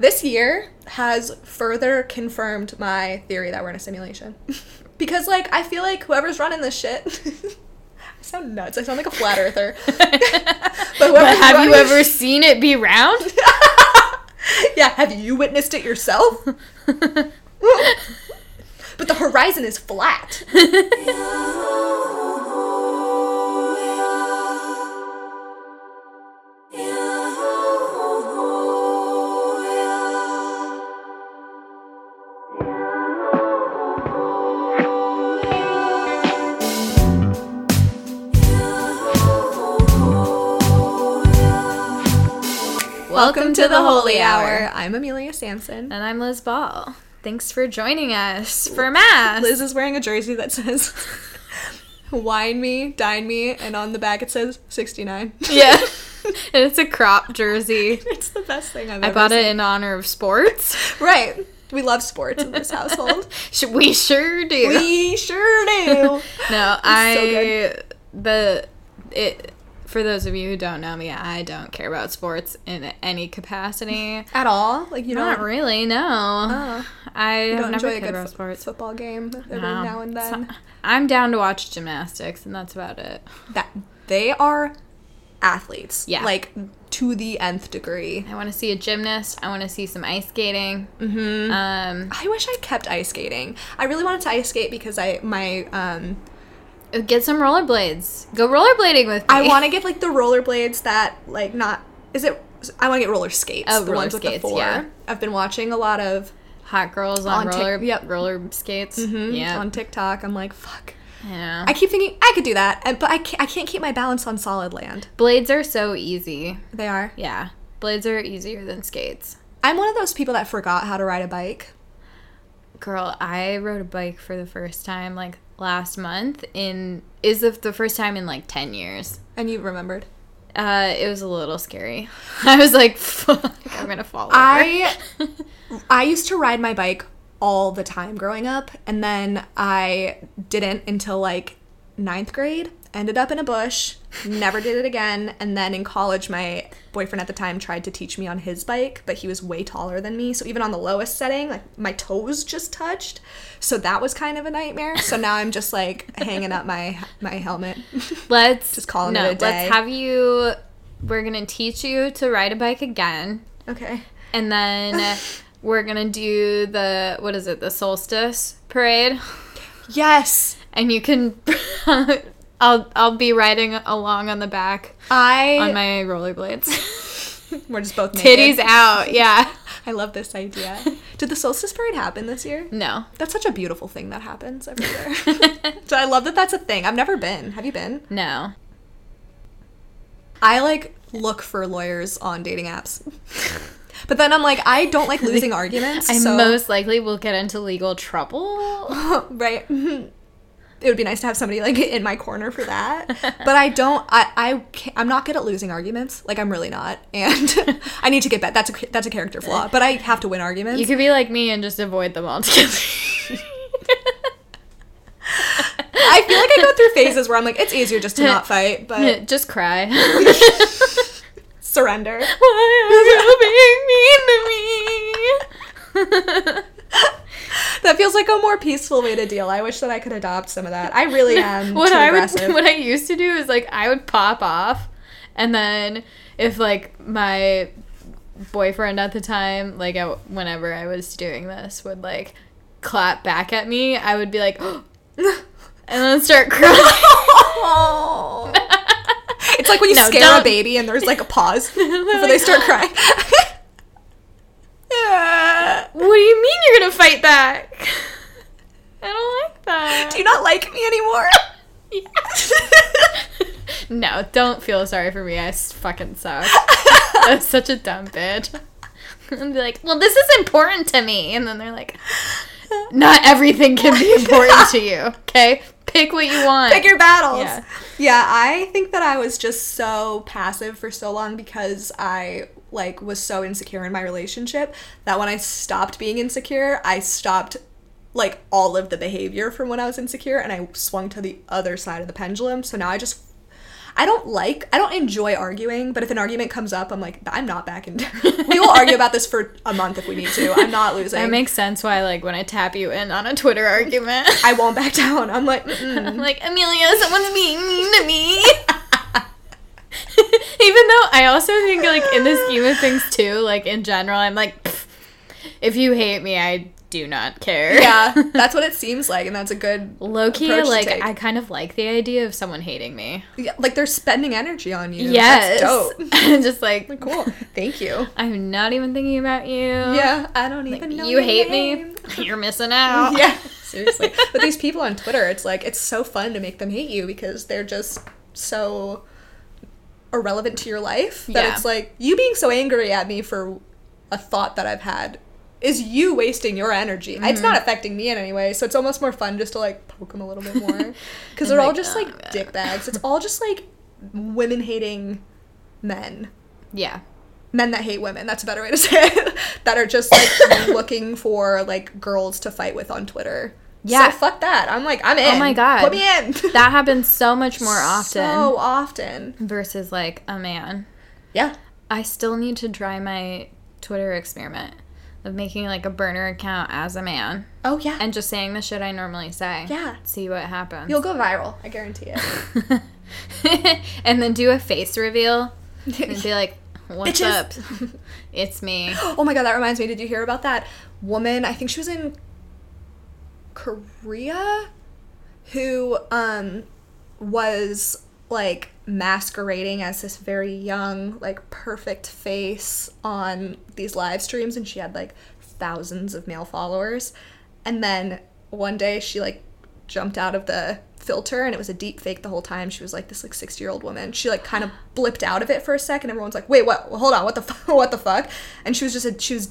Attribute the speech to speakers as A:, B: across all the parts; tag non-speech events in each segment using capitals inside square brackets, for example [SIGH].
A: This year has further confirmed my theory that we're in a simulation. [LAUGHS] because, like, I feel like whoever's running this shit. [LAUGHS] I sound nuts. I sound like a flat [LAUGHS] earther. but
B: But
A: whoever's
B: have you
A: running-
B: ever seen it be round?
A: [LAUGHS] Yeah, have you witnessed it [LAUGHS] yourself? but the horizon is [LAUGHS] flat.
B: Welcome to the Holy Hour.
A: I'm Amelia Sampson.
B: And I'm Liz Ball. Thanks for joining us for Mass.
A: Liz is wearing a jersey that says [LAUGHS] Wine me, dine me, and on the back it says 69.
B: Yeah. [LAUGHS] and it's a crop jersey.
A: [LAUGHS] it's the best thing I've
B: I
A: ever
B: bought
A: seen.
B: it in honor
A: [LAUGHS]
B: of sports.
A: Right. We love sports in this household.
B: Sh- we sure do.
A: we sure do. [LAUGHS]
B: no,
A: so
B: I
A: good.
B: the it for those of you who don't know me, I don't care about sports in any
A: [LAUGHS]
B: capacity.
A: At all? Like you
B: Not
A: don't,
B: really, no. I
A: Uh, you
B: have
A: don't
B: never
A: enjoy a
B: cared
A: good
B: about
A: fo-
B: sports.
A: football game every
B: No.
A: now and
B: So-
A: then.
B: I'm down to watch gymnastics, and that's about it.
A: that they are athletes.
B: Yeah.
A: Like to the nth degree.
B: I want to see a gymnast. I want to see some ice skating. Mm-hmm. Um,
A: I wish I kept ice skating. I really wanted to ice skate because I my um
B: get some rollerblades. Go rollerblading with me.
A: I want to get like the rollerblades that like not is it I want to get roller skates.
B: Oh,
A: the
B: roller
A: ones with
B: skates,
A: the four.
B: yeah.
A: I've been watching a lot of
B: [LAUGHS] hot girls on,
A: On Tik-
B: roller
A: yep.
B: roller skates. Mm-hmm. Yeah,
A: on TikTok. I'm like, fuck.
B: yeah.
A: I keep thinking I could do that, and- but I can't, I can't keep my balance on solid land.
B: Blades are so easy.
A: They are.
B: Yeah, blades are easier than skates.
A: I'm one of those people that forgot how to ride a bike.
B: Girl, I rode a bike for the first time like last month. In is the, the first time in like ten years.
A: And you remembered.
B: Uh, it was a little scary. [LAUGHS] I was like, "Fuck, I'm gonna fall." Over. [LAUGHS]
A: I I used to ride my bike all the time growing up, and then I didn't until like ninth grade. Ended up in a bush, never did it again. And then in college, my boyfriend at the time tried to teach me on his bike, but he was way taller than me. So even on the lowest setting, like my toes just touched. So that was kind of a nightmare. So now I'm just
B: [LAUGHS]
A: like hanging up my my helmet. [LAUGHS]
B: let's
A: Just calling
B: no,
A: it a day.
B: Let's have you. We're gonna teach you to ride a bike again,
A: Okay.
B: and then
A: [LAUGHS]
B: we're gonna do the what is it? The solstice parade,
A: Yes,
B: and you can. [LAUGHS] I'll I'll be riding along on the back
A: I.
B: on my
A: [LAUGHS]
B: rollerblades.
A: we're just both naked.
B: Titties out, yeah.
A: I love this idea.
B: [LAUGHS]
A: Did the solstice parade happen this year? [LAUGHS]
B: No,
A: That's such a beautiful thing that happens
B: [LAUGHS]
A: everywhere. so I love that that's a thing. I've never been. Have you been?
B: no.
A: I like look for lawyers on dating
B: [LAUGHS]
A: apps. but then I'm like, I don't like losing arguments.
B: I
A: so,
B: most likely will get into legal trouble.
A: [LAUGHS] right. [LAUGHS] mhm. It would be nice to have somebody like in my corner for
B: [LAUGHS]
A: that. But I don't I I can't, I'm not good at losing arguments. Like I'm really not. And [LAUGHS] I need to get better. That's a that's a character flaw, but I have to win arguments.
B: You could be like me and just avoid
A: [LAUGHS]
B: them altogether. [LAUGHS]
A: I feel like I go through phases where I'm like it's easier just to
B: [LAUGHS]
A: not fight, but
B: just cry.
A: [LAUGHS] surrender.
B: Why are you being mean to me?
A: [LAUGHS] That feels like a more peaceful way to deal. I wish that I could adopt some of that. I
B: [LAUGHS]
A: really am
B: what
A: too
B: I
A: aggressive.
B: would, [LAUGHS] what I used to do is like I would pop off, and then if like my boyfriend at the time, like I, whenever I was doing this, would like clap back at me, I would be like, [GASPS] and then
A: [LAUGHS]
B: start crying.
A: Oh. [LAUGHS] it's like when you
B: No,
A: scare
B: don't.
A: a baby and there's like a
B: [LAUGHS]
A: pause before they start crying. [LAUGHS]
B: what do you mean you're gonna fight back? [LAUGHS] I don't like that.
A: Do you not like me anymore? [LAUGHS]
B: [LAUGHS] no, don't feel sorry for me. I s- fucking suck. That's such a dumb bitch. and be like, well, this is important to me. And then they're like, not everything can be important to you. Okay, pick what you want.
A: Pick your battles.
B: Yeah.
A: Yeah. yeah, I think that I was just so passive for so long because I like was so insecure in my relationship that when I stopped being insecure, I stopped like all of the behavior from when I was insecure and I swung to the other side of the pendulum. So now I just I don't like I don't enjoy arguing, but if an argument comes up, I'm like I'm not back in. [LAUGHS] we will argue about this for a month if we need to. I'm not losing.
B: that makes sense. Why, like, when I tap you in on a Twitter argument,
A: I won't back [LAUGHS] down. I'm like Mm-mm.
B: [LAUGHS] I'm like, Amelia, someone's being mean to me. [LAUGHS] Even though I also think, like, in the scheme of things, too, like, in general, I'm like, "Pff, if you hate me, I do not care.
A: yeah,
B: [LAUGHS]
A: that's what it seems like, and that's a good
B: Low key,
A: approach to
B: like,
A: take.
B: I kind of like the idea of someone hating me.
A: Yeah, like they're spending energy on you.
B: Yes.
A: That's dope.
B: [LAUGHS] Just like, [LAUGHS]
A: Cool. Thank you.
B: I'm not even thinking about you.
A: [LAUGHS] Yeah, I don't even know.
B: You
A: your
B: hate [LAUGHS]
A: name.
B: me? You're missing out.
A: Yeah, seriously. but these people on Twitter, it's like it's so fun to make them hate you because they're just so irrelevant to your life that
B: Yeah.
A: it's like you being so angry at me for a thought that I've had is you wasting your energy. It's
B: Mm-hmm.
A: not affecting me in any way, so it's almost more fun just to like poke them a
B: [LAUGHS]
A: little bit more because they're all
B: like,
A: just
B: "Oh,
A: like
B: man."
A: dick bags. It's all just like women hating men.
B: Yeah.
A: men that hate women that's a better way to say it [LAUGHS] that are just like [COUGHS] looking for like girls to fight with on twitter
B: Yeah.
A: so fuck that i'm like i'm in
B: Oh my God.
A: put me in
B: [LAUGHS] That happens so much more often
A: [LAUGHS] so often
B: versus, like, a man.
A: yeah
B: I still need to try my Twitter experiment of making like a burner account as a man
A: oh yeah
B: and just saying the shit I normally say.
A: Yeah.
B: See what happens.
A: you'll go viral i guarantee it
B: [LAUGHS] and then do a face reveal and be like, "What's up?
A: [LAUGHS]
B: it's
A: [GASPS]
B: me."
A: oh my god that reminds me did you hear about that woman i think she was in korea who um was like masquerading as this very young like perfect face on these live streams and she had like thousands of male followers and then one day she like jumped out of the filter and it was a deep fake the whole time she was like this like 60 year old woman she like kind of blipped out of it for a second everyone's like wait what hold on what the fu- [LAUGHS] what the fuck and she was just a, she was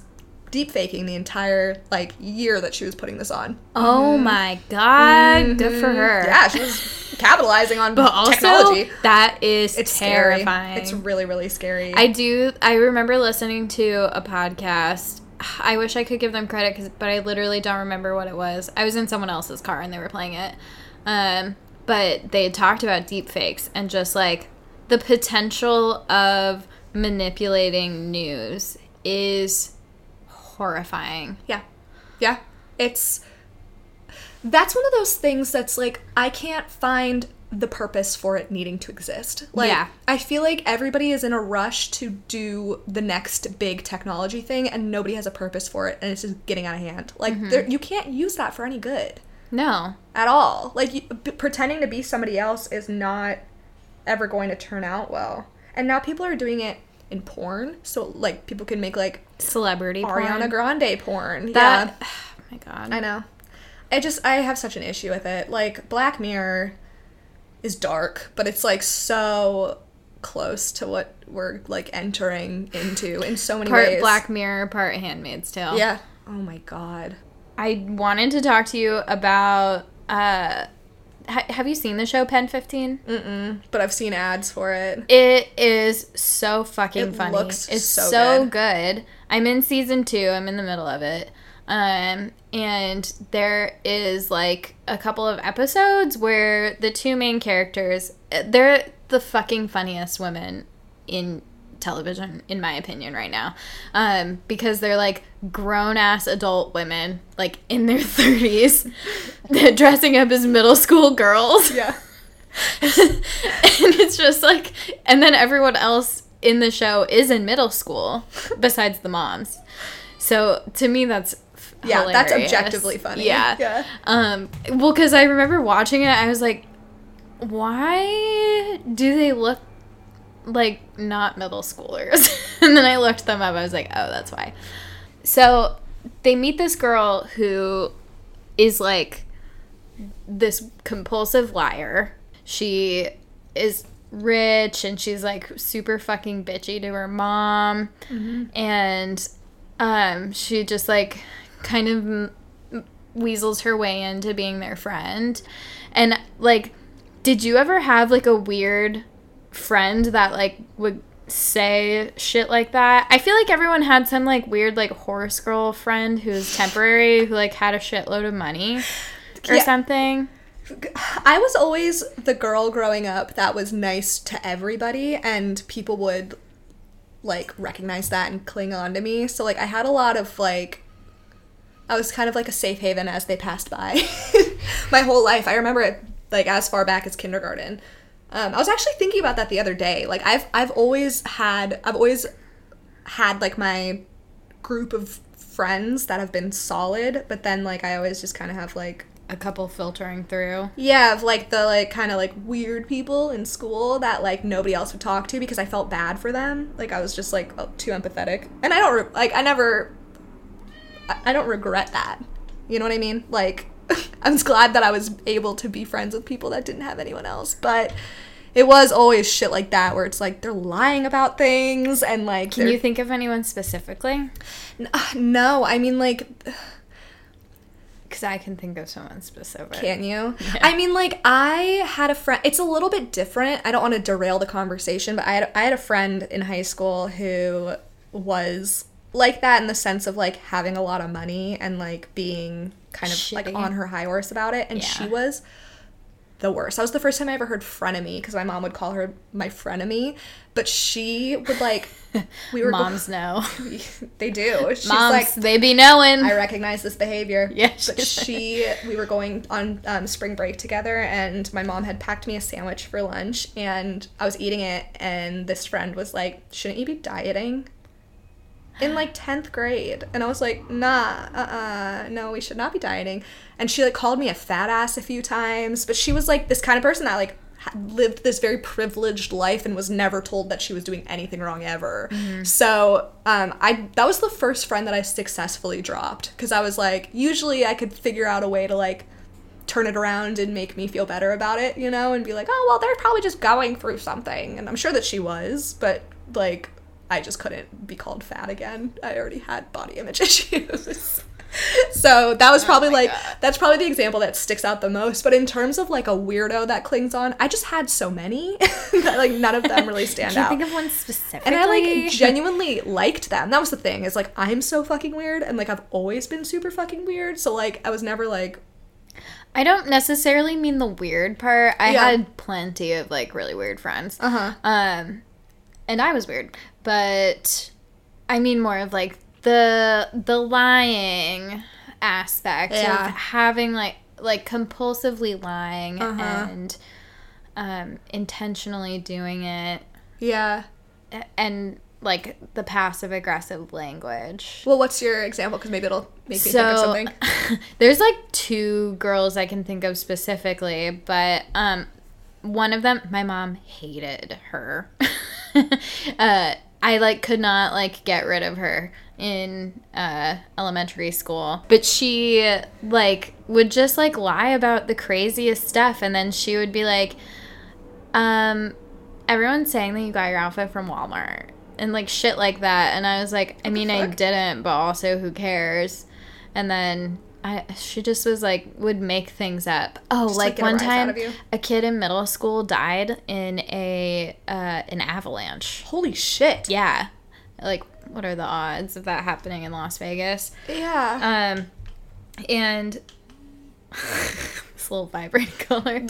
A: deep faking the entire like year that she was putting this on
B: Oh my god, good for her.
A: Mm-hmm. yeah, she was capitalizing on
B: But also,
A: technology.
B: that is
A: It's scary.
B: terrifying.
A: It's really, really scary.
B: I do. I remember listening to a podcast. I wish I could give them credit, 'cause- but I literally don't remember what it was. I was in someone else's car and they were playing it. Um, but they talked about deepfakes and just like the potential of manipulating news is horrifying.
A: yeah, yeah. It's that's one of those things that's like I can't find the purpose for it needing to exist. Like
B: Yeah.
A: I feel like everybody is in a rush to do the next big technology thing, and nobody has a purpose for it, and it's just getting out of hand. Like
B: Mm-hmm.
A: there, you can't use that for any good.
B: No.
A: at all. Like you, b- pretending to be somebody else is not ever going to turn out well. And now people are doing it in porn, so like people can make like
B: Celebrity porn.
A: Ariana Grande porn.
B: That,
A: yeah,
B: [SIGHS] Oh my god.
A: I know. I just I have such an issue with it. Like Black Mirror is dark, but it's like so close to what we're like entering into in so many
B: part
A: ways.
B: Black Mirror, part Handmaid's Tale.
A: Yeah. Oh my god.
B: I wanted to talk to you about. Uh, ha- have you seen the show Pen Fifteen?
A: But I've seen ads for it.
B: It is so fucking
A: It
B: funny.
A: looks
B: it's so,
A: so
B: good. I'm in season two. I'm in the middle of it. Um, and there is like a couple of episodes where the two main characters, they're the fucking funniest women in television, in my opinion, right now. Um, because they're like grown ass adult women, like in their [LAUGHS] 30s, dressing up as middle school girls
A: Yeah.
B: [LAUGHS] and it's just like and then everyone else in the show is in middle school besides the moms so to me that's f-
A: Yeah, that's
B: hilarious.
A: objectively funny.
B: yeah
A: [LAUGHS] Yeah.
B: um well because i remember watching it i was like why do they look like not middle schoolers [LAUGHS] and then i looked them up i was like oh that's why so they meet this girl who is like this compulsive liar. She is rich and she's like super fucking bitchy to her mom. And um, she just like kind of m- m- weasels her way into being their friend. And like, did you ever have like a weird friend that like would say shit like that? I feel like everyone had some like weird like horse girl friend who's temporary who like had a shitload of money or
A: Yeah.
B: something.
A: I was always the girl growing up that was nice to everybody, and people would like recognize that and cling on to me. So, like, I had a lot of like, I was kind of like a safe haven as they passed by [LAUGHS] my whole life. I remember it like as far back as kindergarten. Um, I was actually thinking about that the other day. Like, I've I've always had I've always had like my group of friends that have been solid, but then like I always just kind of have like
B: A couple filtering through.
A: yeah, of like the like kind of like weird people in school that like nobody else would talk to because I felt bad for them. Like I was just like oh, too empathetic, and I don't re- like I never, I, I don't regret that. You know what I mean? Like [LAUGHS] I'm just glad that I was able to be friends with people that didn't have anyone else, but. It was always shit like that where it's like they're lying about things and like
B: Can
A: they're-
B: you think of anyone specifically?
A: N- uh, [SIGHS] no, I mean like
B: Because I can think of someone specific.
A: Can you? I mean, like, I had a friend. It's a little bit different. I don't want to derail the conversation, but I had, I had a friend in high school who was like that in the sense of like having a lot of money and like being kind of like
B: Shitty.
A: on her high horse about it. And she
B: Yeah.
A: was the worst. That was the first time I ever heard frenemy because my mom would call her my frenemy, but she would
B: [LAUGHS]
A: like, we were, go-
B: Moms know.
A: [LAUGHS] they do. She's
B: Moms,
A: like,
B: they be knowing.
A: I recognize this behavior.
B: Yeah,
A: But she, we were going on um, spring break together, and my mom had packed me a sandwich for lunch, and I was eating it, and this friend was like, "Shouldn't you be dieting?" In like tenth grade, and I was like, "Nah, uh, uh no, we should not be dieting." And she like called me a fat ass a few times, but she was like this kind of person that like ha- lived this very privileged life and was never told that she was doing anything wrong ever. So um, I that was the first friend that I successfully dropped because I was like, usually I could figure out a way to like turn it around and make me feel better about it, you know, and be like, oh well, they're probably just going through something, and I'm sure that she was, but like. I just couldn't be called fat again. I already had body image [LAUGHS] issues. so that
B: Oh
A: was probably like that's probably the example that sticks out the most but in terms of like a weirdo that clings on i just had so many [LAUGHS] that like none of them
B: [LAUGHS]
A: really stand
B: Can you
A: out
B: think of one specifically?
A: and i like genuinely liked them that was the thing is like i'm so fucking weird and like i've always been super fucking weird so like i was never like
B: I don't necessarily mean the weird part. I
A: Yeah.
B: had plenty of like really weird friends.
A: uh-huh
B: Um and I was weird, but I mean more of like the the lying aspect
A: Yeah.
B: of having like like compulsively lying
A: Uh-huh.
B: and um intentionally doing it
A: yeah
B: a- and like the passive aggressive language.
A: well what's your example because maybe it'll make me think of something
B: [LAUGHS] there's like two girls I can think of specifically, but um, one of them, my mom hated her. [LAUGHS] uh, I like could not like get rid of her in uh, elementary school, but she like would just like lie about the craziest stuff, and then she would be like, um, everyone's saying that you got your outfit from Walmart and like shit like that. And I was like, I mean, I
A: fuck?
B: didn't, but also who cares? And then I, she just was like, would make things up. Oh,
A: like,
B: like,
A: get a
B: one
A: rise out
B: time,
A: of you.
B: a kid in middle school died in a uh, an avalanche.
A: holy shit
B: Yeah, like what are the odds of that happening in Las Vegas?
A: yeah
B: Um, and [LAUGHS] this little vibrating [LAUGHS]
A: [LAUGHS]
B: color.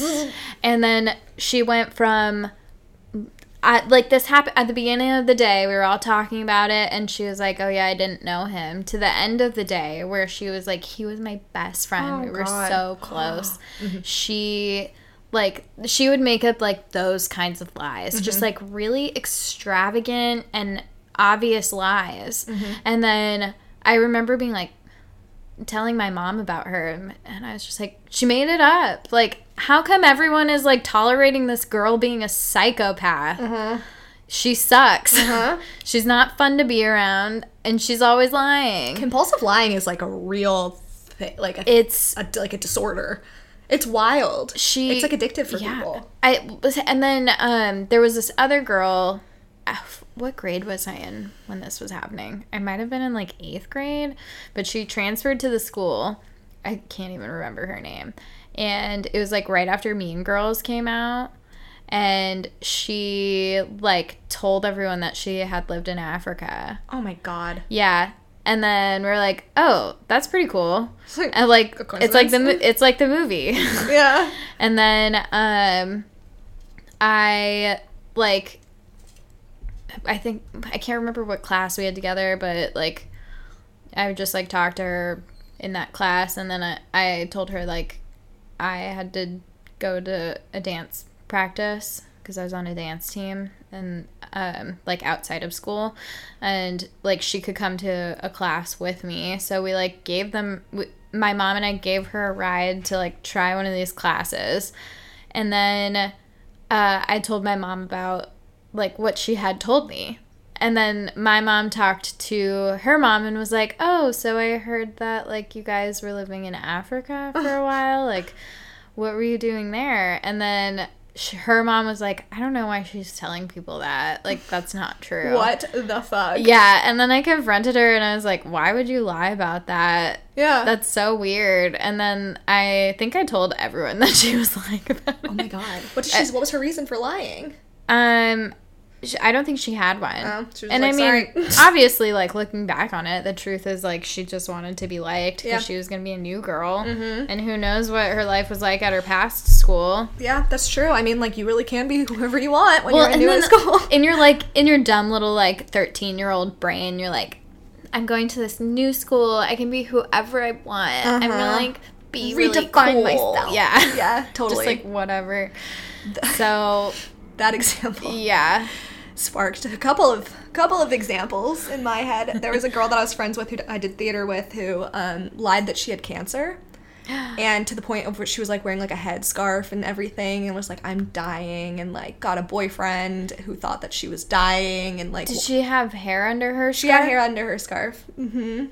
B: and then she went from, I, like this happened at the beginning of the day. We were all talking about it, and she was like, "Oh yeah, I didn't know him." To the end of the day, where she was like, "He was my best friend.
A: Oh,
B: we were
A: God.
B: so
A: [GASPS]
B: close." [GASPS] she. Like she would make up like those kinds of lies, just like really extravagant and obvious lies. And then I remember being like, telling my mom about her and- and I was just like she made it up like how come everyone is like tolerating this girl being a psychopath she sucks [LAUGHS] she's not fun to be around and she's always lying
A: compulsive lying is like a real thing like a,
B: it's
A: a, like a disorder it's wild
B: she
A: it's like addictive for people
B: I and then um there was this other girl ah, f- what grade was I in when this was happening? I might have been in like eighth grade, but she transferred to the school. I can't even remember her name. And it was like right after Mean Girls came out. And she like told everyone that she had lived in Africa.
A: Oh my god.
B: Yeah. And then we're like, oh, that's pretty cool.
A: like,
B: And like, it's like
A: coincidence.
B: the mo- it's like the movie. [LAUGHS]
A: [LAUGHS] Yeah.
B: And then um I like I think I can't remember what class we had together, but like I would just like talk to her in that class and then I, I told her like I had to go to a dance practice because I was on a dance team and um, like outside of school and like she could come to a class with me so we like gave them w- my mom and I gave her a ride to like try one of these classes and then uh, I told my mom about like what she had told me and then my mom talked to her mom and was like, "Oh, so I heard that like you guys were living in
A: [LAUGHS]
B: Africa for a while. Like, what were you doing there?" And then sh her mom was like, "I don't know why she's telling people that. Like, that's not true."
A: What the fuck?
B: Yeah, and then I confronted her and I was like, "Why would you lie about that?
A: Yeah.
B: That's so weird." And then I think I told everyone [LAUGHS] that she was lying about it.
A: oh my god. What did she? What was her reason for lying?
B: Um, sh I don't think she had one.
A: Oh, she was
B: and
A: like,
B: I mean,
A: "Sorry." [LAUGHS]
B: obviously, like looking back on it, the truth is like she just wanted to be liked because
A: Yeah. Mm-hmm.
B: she was gonna be a new girl, and who knows what her life was like at her past school.
A: Yeah, that's true. I mean, like you really can be [LAUGHS] whoever you want when you're
B: and
A: new
B: then
A: at [LAUGHS] school.
B: in your like in your dumb little like thirteen year old brain, you're like, I'm going to this new school. I can be whoever I want. I'm gonna like be really
A: Uh-huh. [LAUGHS] Redefine
B: cool.
A: myself. [LAUGHS]
B: Yeah,
A: Yeah, totally.
B: [LAUGHS] just
A: [LAUGHS]
B: like whatever. So
A: that example
B: yeah.
A: sparked a couple of couple of examples in my head. There was a girl that I was friends with who I did theater with who um, lied that she had
B: [GASPS]
A: cancer. And to the point of which she was like wearing like a headscarf and everything, and was like, "I'm dying," and like got a boyfriend who thought that she was dying, and like
B: Did she have hair under her?
A: she had hair under her scarf. Mm-hmm.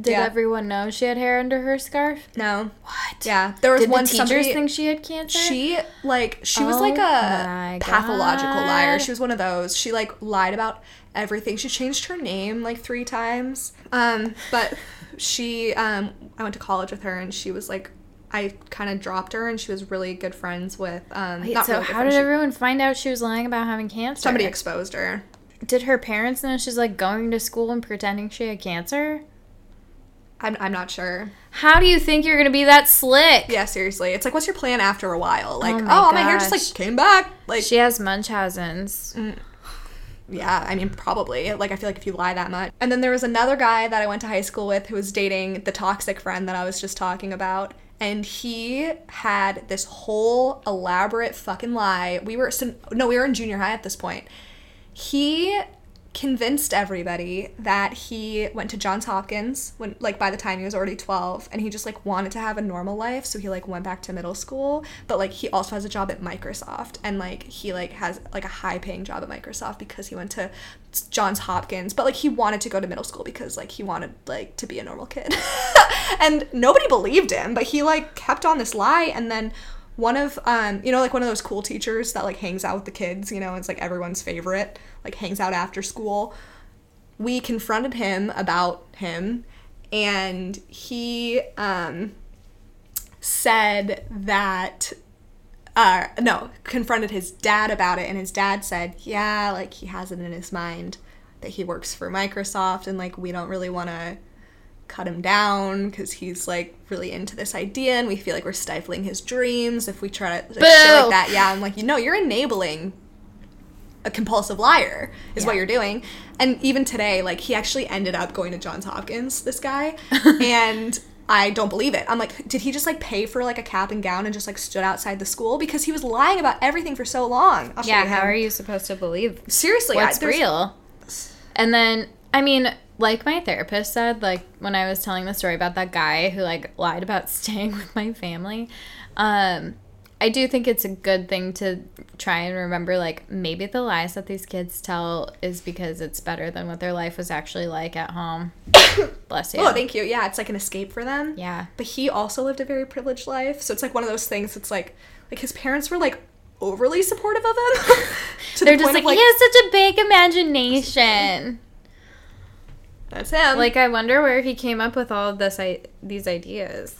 B: Did
A: Yeah.
B: everyone know she had hair under her scarf?
A: No,
B: What?
A: yeah, there was
B: Did
A: one
B: the teachers
A: somebody-
B: think she had cancer?
A: She like she was
B: Oh
A: like
B: my
A: a pathological liar.
B: God.
A: She was one of those. She like lied about everything. She changed her name like three times. Um, but she um I went to college with her and she was like I kind of dropped her and she was really good friends with um
B: Wait,
A: not
B: so
A: really good
B: how did
A: friends. She-
B: everyone find out she was lying about having cancer?
A: somebody exposed her.
B: did her parents know she's like going to school and pretending she had cancer?
A: I'm I'm not sure.
B: How do you think you're gonna be that slick?
A: Yeah, seriously. It's like what's your plan after a while? Like, oh,
B: my
A: my hair just
B: gosh.
A: like came back. Like
B: She has Munchausen's.
A: Yeah, I mean, probably. Like, I feel like if you lie that much. And then there was another guy that I went to high school with who was dating the toxic friend that I was just talking about. And he had this whole elaborate fucking lie. We were, so, no, we were in junior high at this point. He convinced everybody that he went to Johns Hopkins when like by the time he was already 12 and he just like wanted to have a normal life so he like went back to middle school but like he also has a job at Microsoft and like he like has like a high paying job at Microsoft because he went to Johns Hopkins but like he wanted to go to middle school because like he wanted like to be a normal kid [LAUGHS] and nobody believed him but he like kept on this lie and then one of um you know like one of those cool teachers that like hangs out with the kids you know it's like everyone's favorite like hangs out after school we confronted him about him and he um said that uh no confronted his dad about it and his dad said yeah like he has it in his mind that he works for microsoft and like we don't really want to cut him down because he's like really into this idea and we feel like we're stifling his dreams if we try to like, shit
B: Boo.
A: like that yeah i'm like you know you're enabling a compulsive liar is what you're doing and even today like he actually ended up going to johns hopkins this
B: [LAUGHS]
A: guy and i don't believe it i'm like did he just like pay for like a cap and gown and just like stood outside the school because he was lying about everything for so long I'll show
B: Yeah,
A: you
B: how
A: him.
B: are you supposed to believe
A: seriously
B: what's
A: I, there's-
B: real. And then, I mean, like my therapist said, like when I was telling the story about that guy who like lied about [LAUGHS] staying with my family, um, I do think it's a good thing to try and remember, like maybe the lies that these kids tell is because it's better than what their life was actually like at home. [COUGHS] Bless you.
A: oh thank you yeah it's like an escape for them
B: yeah.
A: but he also lived a very privileged life so it's like one of those things it's like like his parents were like overly supportive of him. [LAUGHS] to
B: They're
A: the
B: just
A: point of, like Um,
B: like, he has such a big imagination.
A: that's him.
B: Like, I wonder where he came up with all of this I- these ideas.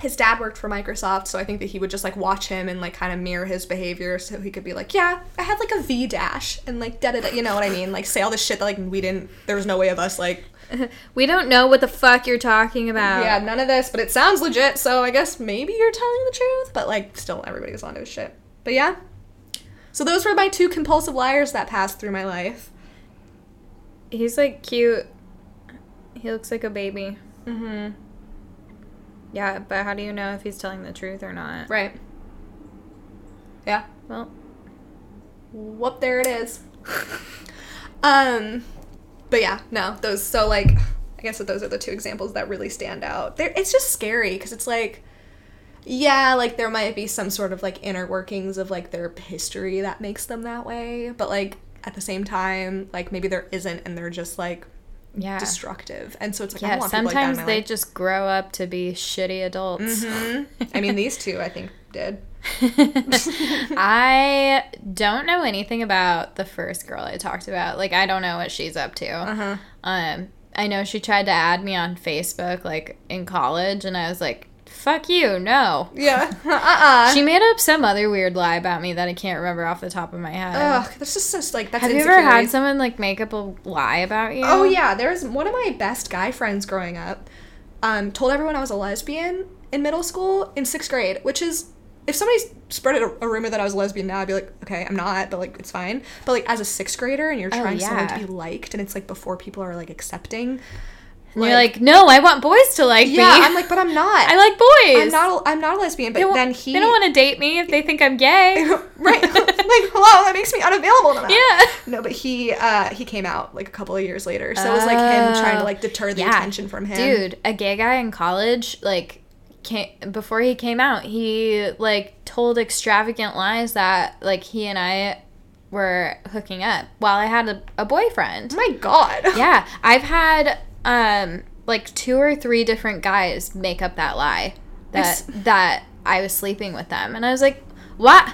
A: his dad worked for Microsoft, so I think that he would just like watch him and like kind of mirror his behavior so he could be like, yeah, I had like a V dash and like da da da, you know what I mean? Like say all this shit that like we didn't, there was no way of us like, uh,
B: We don't know what the fuck you're talking about.
A: yeah, none of this, but it sounds legit, so I guess maybe you're telling the truth, but like still everybody was onto his shit. But yeah. So those were my two compulsive liars that passed through my life.
B: He's like cute. He looks like a baby.
A: Mm hmm.
B: Yeah, but how do you know if he's telling the truth or not?
A: Right. Yeah.
B: Well,
A: Whoop, there it is. um, but yeah, no, those. So like, I guess that those are the two examples that really stand out. There, it's just scary because it's like, yeah, like there might be some sort of like inner workings of like their history that makes them that way, but like at the same time, like maybe there isn't, and they're just like
B: yeah.
A: destructive, and so it's like I
B: yeah,
A: don't want people like that in
B: sometimes
A: my
B: they
A: life.
B: just grow up to be shitty adults.
A: Hmm? I mean, these two, I think, did.
B: [LAUGHS] I don't know anything about the first girl I talked about. Like, I don't know what she's up to. Um, I know she tried to add me on Facebook, like in college, and I was like, "Fuck you, no."
A: Yeah. [LAUGHS] uh uh
B: She made up some other weird lie about me that I can't remember off the top of my head.
A: Ugh, that's just just like that's.
B: Have you ever
A: insecurity.
B: had someone like make up a lie about you?
A: Oh yeah, there was one of my best guy friends growing up. Um, told everyone I was a lesbian in middle school in sixth grade, which is if somebody spread a, a rumor that I was a lesbian now, I'd be like, okay, I'm not, but like it's fine. But like as a sixth grader and you're trying someone
B: Oh, yeah.
A: to be liked, and it's like before people are like accepting.
B: And you're like, no, I want boys to like me.
A: yeah, I'm like, but I'm not.
B: [LAUGHS] I like boys.
A: I'm not. A, I'm not a lesbian. But
B: They don't-
A: then he.
B: They don't
A: [LAUGHS]
B: want to date me if they think I'm gay. [LAUGHS]
A: right. [LAUGHS] like hello, that makes me unavailable to them.
B: yeah.
A: No, but he uh he came out like a couple of years later, so it was like him trying to like deter the
B: Uh, Yeah.
A: attention from him.
B: Dude, a gay guy in college, like, came, before he came out, he, like, told extravagant lies that, like, he and I were hooking up while I had a, a boyfriend.
A: my god.
B: yeah. I've had, um, like, two or three different guys make up that lie that, that I was sleeping with them. And I was like, what?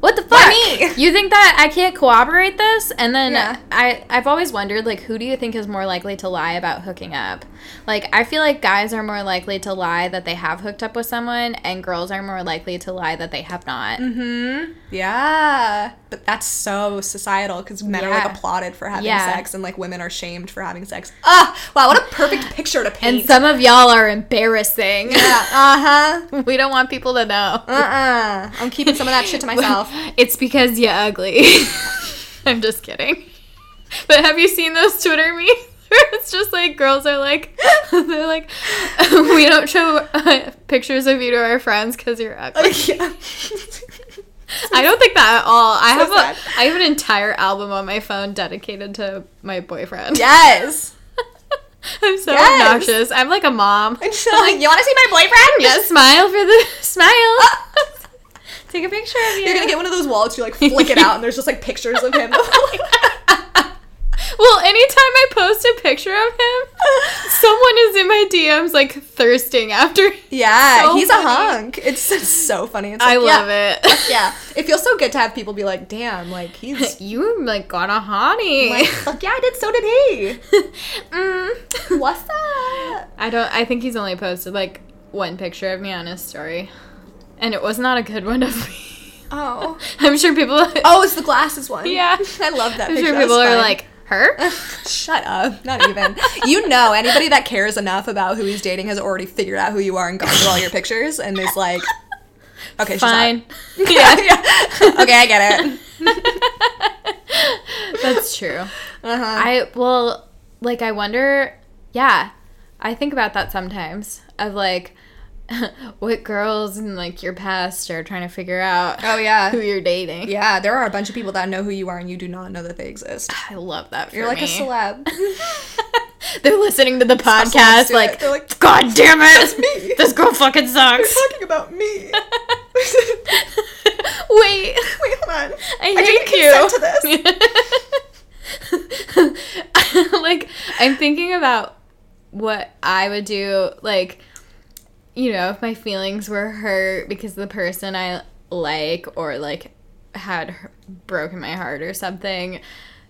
B: What the fuck?
A: me?
B: You think that I can't corroborate this? And then
A: Yeah.
B: I, I've always wondered, like, who do you think is more likely to lie about hooking up? Like, I feel like guys are more likely to lie that they have hooked up with someone, and girls are more likely to lie that they have not.
A: [LAUGHS] Yeah, but that's so societal because men are
B: Yeah.
A: like applauded for having
B: Yeah.
A: sex and like women are shamed for having sex. Ah, wow, what a
B: [SIGHS]
A: perfect picture to paint.
B: And some of y'all are embarrassing.
A: uh huh.
B: [LAUGHS] we don't want people to know.
A: Uh uh. I'm keeping some of that shit
B: [LAUGHS]
A: to myself. [LAUGHS]
B: It's because you're ugly. [LAUGHS] I'm just kidding. But have you seen those Twitter memes? [LAUGHS] where It's just like girls are like, [LAUGHS] they're like, we don't show uh, pictures of you to our friends because you're ugly.
A: yeah.
B: I don't think that at all. I have
A: sad.
B: a, I have an entire album on my phone dedicated to my boyfriend.
A: yes.
B: [LAUGHS] I'm so
A: Yes.
B: obnoxious. I'm like a mom.
A: And [LAUGHS] she's like, you want to see my boyfriend?
B: Yeah, smile for the [LAUGHS] smile. [LAUGHS] Take a picture of you.
A: Uh. You're gonna get one of those wallets. You like flick it out, and there's just like pictures of
B: [LAUGHS]
A: him. [LAUGHS]
B: Well, anytime I post a picture of him, someone is in my DMs like thirsting after him.
A: yeah,
B: So
A: he's
B: funny.
A: a hunk. It's, it's so funny. It's
B: I
A: like,
B: love
A: yeah,
B: it.
A: Yeah, it feels so good to have people be like, damn, like he's
B: [LAUGHS] You like got a honey.
A: like, fuck yeah, I did. So
B: [LAUGHS]
A: did he.
B: mm.
A: What's up?
B: [LAUGHS] I don't I think he's only posted like one picture of me on his story. And it was not a good one of me. [LAUGHS]
A: Oh.
B: I'm sure people
A: Oh, it's the glasses one.
B: [LAUGHS] Yeah.
A: I love [LAUGHS] that
B: I'm
A: picture.
B: sure
A: That was
B: people are
A: fun.
B: like,
A: [LAUGHS]
B: her?
A: shut up. Not even. you know, anybody that cares enough about who he's dating has already figured out who you are and gone through all your pictures and is like,
B: [LAUGHS]
A: okay, she's hot.
B: Fine.
A: [LAUGHS] Yeah. Okay, I get
B: [LAUGHS]
A: it.
B: That's true.
A: [LAUGHS] Uh-huh.
B: I well, like I wonder. Yeah, I think about that sometimes. Of like, [LAUGHS] what girls in like your past are trying to figure out
A: Oh, yeah.
B: [LAUGHS] who you're dating.
A: Yeah, there are a bunch of people that know who you are and you do not know that they exist.
B: I love that. [SIGHS] For
A: You're like a
B: me. [LAUGHS]
A: celeb.
B: They're listening to the
A: Someone's
B: podcast.
A: doing it.
B: Like,
A: They're like, "F-
B: God damn
A: me."
B: it! this girl
A: [LAUGHS]
B: fucking sucks.
A: talking about
B: [LAUGHS]
A: me.
B: Wait,
A: Wait, hold on.
B: I hate
A: didn't
B: you.
A: consent to this.
B: [LAUGHS] like I'm thinking about what I would do like you know if my feelings were hurt because the person I like or like had h- broken my heart or something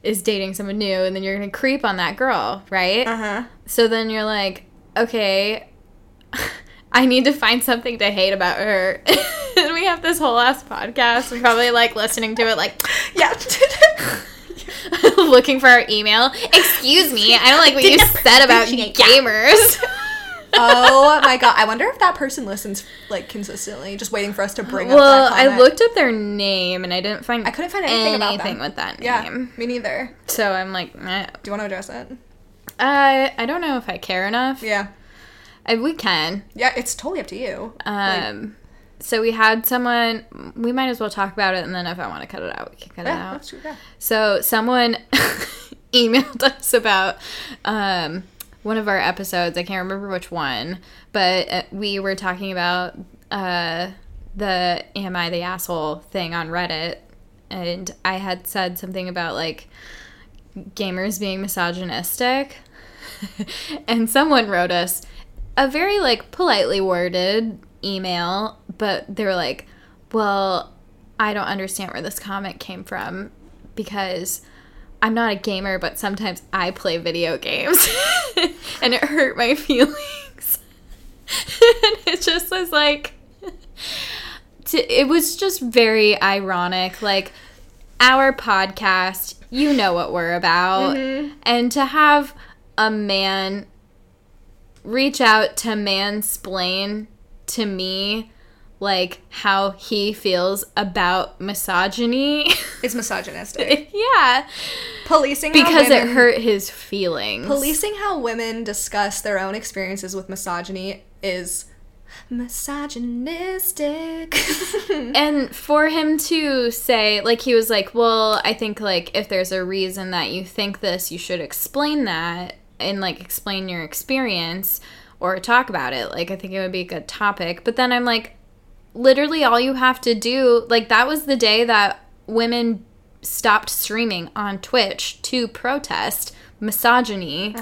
B: is dating someone new and then you're gonna creep on that girl right uh-huh. so then you're like okay [LAUGHS] i need to find something to hate about her [LAUGHS] and we have this whole ass podcast and probably like listening to it like [LAUGHS]
A: Yeah. [LAUGHS]
B: looking for our email excuse me i don't like what you said
A: [LAUGHS]
B: about [LAUGHS] gamers
A: oh my god. I wonder if that person listens like consistently, just waiting for us to bring up.
B: Well,
A: that
B: I
A: comment.
B: looked up their name and I didn't find
A: I couldn't find anything about them.
B: with that
A: Yeah.
B: name.
A: Me neither.
B: So I'm like, meh.
A: Do you want to address it?
B: I I don't know if I care enough.
A: Yeah.
B: I, we can.
A: Yeah. It's totally up to you.
B: Um, so we had someone. We might as well talk about it, and then if I want to cut it out, we can cut
A: yeah.
B: it out.
A: That's true. Yeah.
B: So someone [LAUGHS] emailed us about um, one of our episodes. I can't remember which one, but uh, we were talking about uh, the "Am I the asshole?" thing on Reddit, and I had said something about like gamers being misogynistic, [LAUGHS] and someone wrote us a very like politely worded email, but they were like, "Well, I don't understand where this comment came from because I'm not a gamer, but sometimes I play video games [LAUGHS] and it hurt my [LAUGHS] feelings. [LAUGHS] and it just was like, t- it was just very ironic. Like, our podcast, you know what we're about. And to have a man reach out to mansplain to me, like, how he feels about misogyny. [LAUGHS]
A: It's misogynistic.
B: yeah
A: Policing how
B: because it
A: women-
B: hurt his feelings
A: Policing how women discuss their own experiences with misogyny is
B: [LAUGHS]
A: misogynistic. [LAUGHS]
B: and for him to say like he was like well i think like if there's a reason that you think this you should explain that and like explain your experience or talk about it like i think it would be a good topic but then i'm like literally all you have to do like that was the day that women stopped streaming on twitch to protest misogyny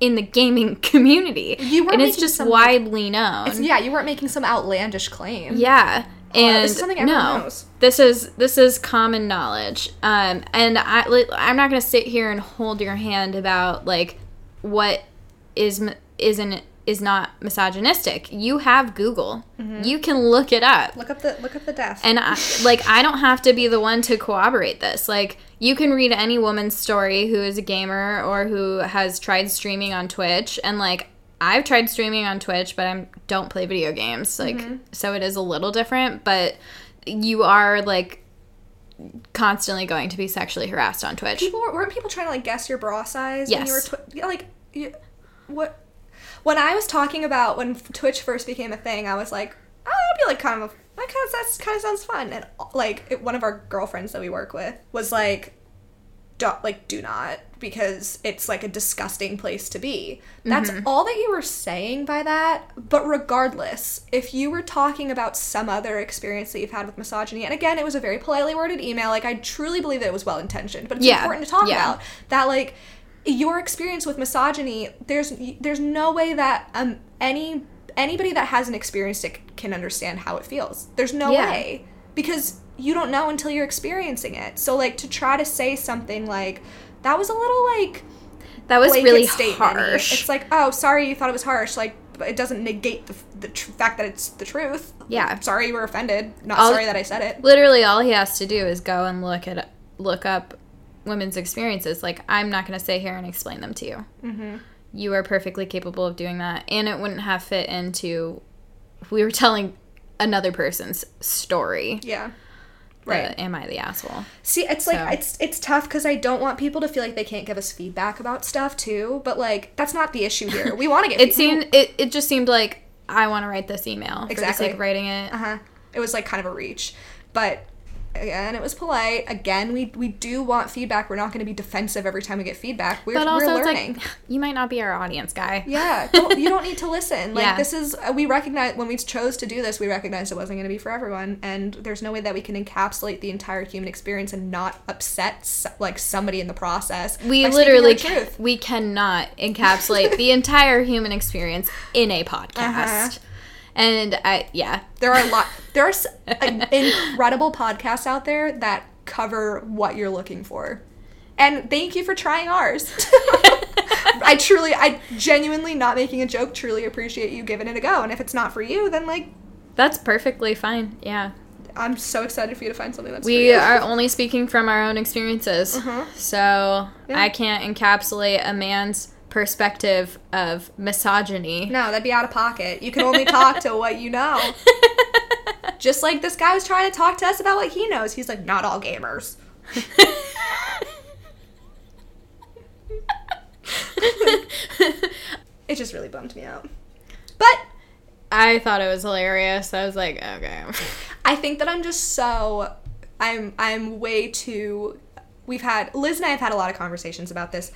B: in the gaming [LAUGHS] community
A: Uh-huh. You were
B: and it's
A: making
B: just
A: some-
B: widely known
A: yeah, you weren't making some outlandish claim.
B: Yeah. And
A: Oh, this is something everyone knows.
B: This is this is common knowledge. Um and I li- I'm not going to sit here and hold your hand about like what is mi- isn't is not misogynistic. You have Google.
A: Mm-hmm.
B: You can look it up.
A: Look up the look up the death.
B: And I, like I don't have to be the one to corroborate this. Like you can read any woman's story who is a gamer or who has tried streaming on Twitch and like I've tried streaming on Twitch but I don't play video games. Like
A: Mm-hmm.
B: so it is a little different, but you are like constantly going to be sexually harassed on Twitch.
A: people were- weren't people trying to like guess your bra size when you were
B: Yes.
A: twi- yeah, like you, what when I was talking about when Twitch first became a thing, I was like, oh, that'd be like kind of that kind of that's kind of sounds fun. And like it, one of our girlfriends that we work with was like, do, like do not because it's like a disgusting place to be. That's
B: Mm-hmm.
A: all that you were saying by that. But regardless, if you were talking about some other experience that you've had with misogyny, and again, it was a very politely worded email. Like I truly believe that it was well intentioned, but it's
B: Yeah,
A: important to talk
B: yeah.
A: about that like your experience with misogyny there's there's no way that um any anybody that hasn't experienced it can understand how it feels there's no
B: Yeah.
A: way because you don't know until you're experiencing it so like to try to say something like that was a little like
B: That was
A: blanket
B: really
A: statement
B: harsh.
A: it's like oh sorry you thought it was harsh like but it doesn't negate the, f- the tr- fact that it's the truth
B: Yeah.
A: sorry you were offended not
B: I'll-
A: sorry that i said it
B: literally all he has to do is go and look at look up women's experiences like i'm not going to sit here and explain them to you
A: Mm-hmm.
B: you are perfectly capable of doing that and it wouldn't have fit into we were telling another person's story
A: yeah
B: right am i the asshole
A: See, it's like
B: So-
A: it's it's tough because I don't want people to feel like they can't give us feedback about stuff too. But like that's not the issue
B: [LAUGHS]
A: here. We want to get
B: it seemed it, it just seemed like i want to write this email for the sake
A: Exactly.
B: of writing it
A: uh It was like kind of a reach, but again, it was polite. Again, we we do want feedback. We're not going to be defensive every time we get feedback. We're,
B: but also
A: we're
B: it's
A: learning.
B: like [SIGHS] you might not be our audience guy
A: yeah, don't, you don't need to
B: [LAUGHS]
A: listen. Like
B: Yeah.
A: this is uh, we recognize when we chose to do this, we recognized it wasn't going to be for everyone, and there's no way that we can encapsulate the entire human experience and not upset s- like somebody in the process.
B: we
A: by speaking our
B: literally ca-
A: truth.
B: we
A: Uh-huh.
B: cannot encapsulate the entire human experience in a podcast And I, yeah,
A: There are a lot. There are s- an incredible podcasts out there that cover what you're looking for. And thank you for trying ours. I truly, I genuinely, not making a joke, truly appreciate you giving it a go. And if it's not for you, then like,
B: that's perfectly fine. Yeah.
A: I'm so excited for you to find something that's for
B: We
A: you.
B: are only speaking from our own experiences.
A: Uh-huh.
B: So I can't encapsulate a man's perspective of misogyny.
A: No, that'd be out of pocket. You can only talk to what you know. Just like this guy was trying to talk to us about what he knows. He's like, not all gamers. [LAUGHS] It just really bummed me out. But
B: I thought it was hilarious. I was like, okay.
A: I think that I'm just so I'm I'm way too we've had Liz and I have had a lot of conversations about this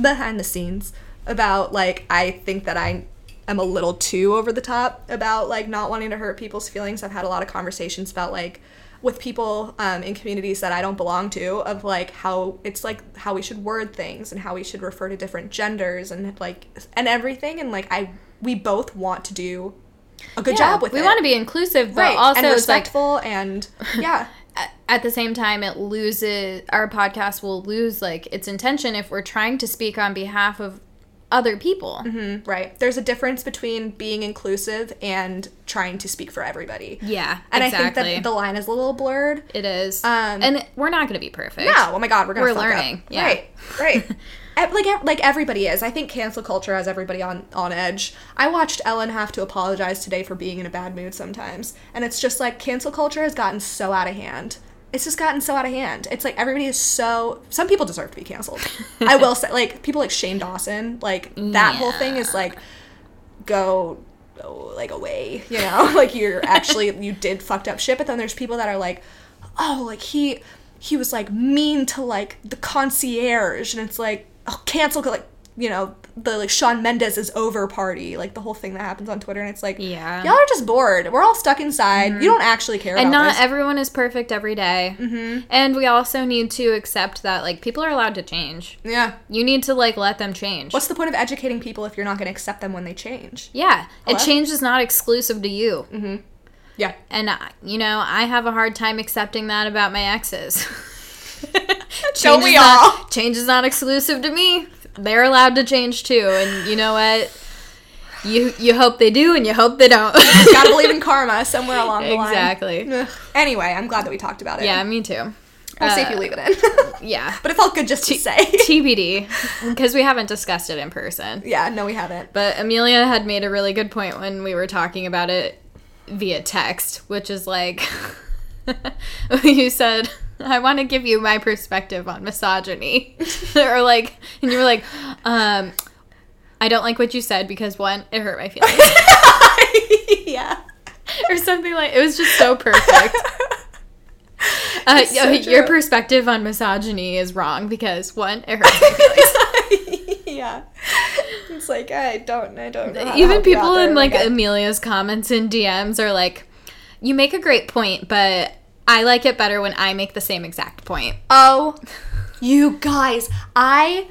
A: behind the scenes about like I think that I am a little too over the top about like not wanting to hurt people's feelings. I've had a lot of conversations about like with people um, in communities that I don't belong to of like how it's like how we should word things and how we should refer to different genders and like and everything and like I we both want to do a good job with
B: we
A: it
B: want to be inclusive, but
A: right.
B: also
A: and
B: it's like
A: respectful and
B: [LAUGHS]
A: yeah
B: a- at the same time it loses our podcast will lose like its intention if we're trying to speak on behalf of other people
A: right there's a difference between being inclusive and trying to speak for everybody
B: yeah
A: and i
B: exactly
A: think that the line is a little blurred
B: it is
A: Um,
B: and we're not gonna be perfect
A: no oh my god we're gonna
B: We're
A: fuck
B: learning,
A: up.
B: yeah.
A: right
B: [LAUGHS]
A: right Ev- like ev- like everybody is i think cancel culture has everybody on on edge i watched ellen have to apologize today for being in a bad mood sometimes and it's just like cancel culture has gotten so out of hand it's just gotten so out of hand. It's like everybody is so. Some people deserve to be canceled. I
B: [LAUGHS]
A: will say, like people like Shane Dawson, like that whole thing is like go oh, like
B: [LAUGHS]
A: away you know [LAUGHS] like you're actually you did fucked up shit but then there's people that are like oh like he he was like mean to like the concierge and it's like oh cancel like you know the like Sean Mendes is over party like the whole thing that happens on Twitter and it's like
B: Yeah. Mm-hmm.
A: y'all are just bored we're all stuck inside you don't actually care
B: and
A: about
B: not
A: this.
B: everyone is perfect every mm-hmm. and we also need to accept that like people are allowed to change
A: yeah
B: you need to like let them change
A: what's the point of educating people if you're not going to accept them when they change
B: yeah and
A: Hello?
B: change is not exclusive to you
A: yeah
B: and I, you know i have a hard time accepting that about
A: [LAUGHS]
B: my exes
A: Don't
B: Change
A: we
B: is not-
A: all?
B: change is not exclusive to me they're allowed to change too and you know what you you hope they do and you hope they
A: [LAUGHS]
B: don't [LAUGHS]
A: gotta believe in karma somewhere along the
B: exactly
A: [LAUGHS] line Ugh. anyway I'm glad that we talked about it
B: yeah me too
A: We'll see if you leave it in.
B: Uh,
A: [LAUGHS]
B: yeah
A: but it felt good just to say. [LAUGHS]
B: tbd because we haven't discussed it in person
A: yeah, no, we haven't.
B: but amelia had made a really good point when we were talking about it via text which is like [LAUGHS] you said I want to give you my perspective on misogyny, [LAUGHS] or like, and you were like, um, I don't like what you said because one, it hurt my feelings.
A: [LAUGHS] [LAUGHS] yeah.
B: or something like it was just so
A: [LAUGHS]
B: perfect uh,
A: so
B: y- your
A: true.
B: perspective on misogyny is wrong because one it hurts my feelings.
A: yeah. It's like I don't I don't know. how to
B: even
A: help you out
B: people
A: there,
B: in
A: my
B: like
A: guy.
B: amelia's comments and dms are like you make a great point but i like it better when i make the same exact point
A: Oh you guys, I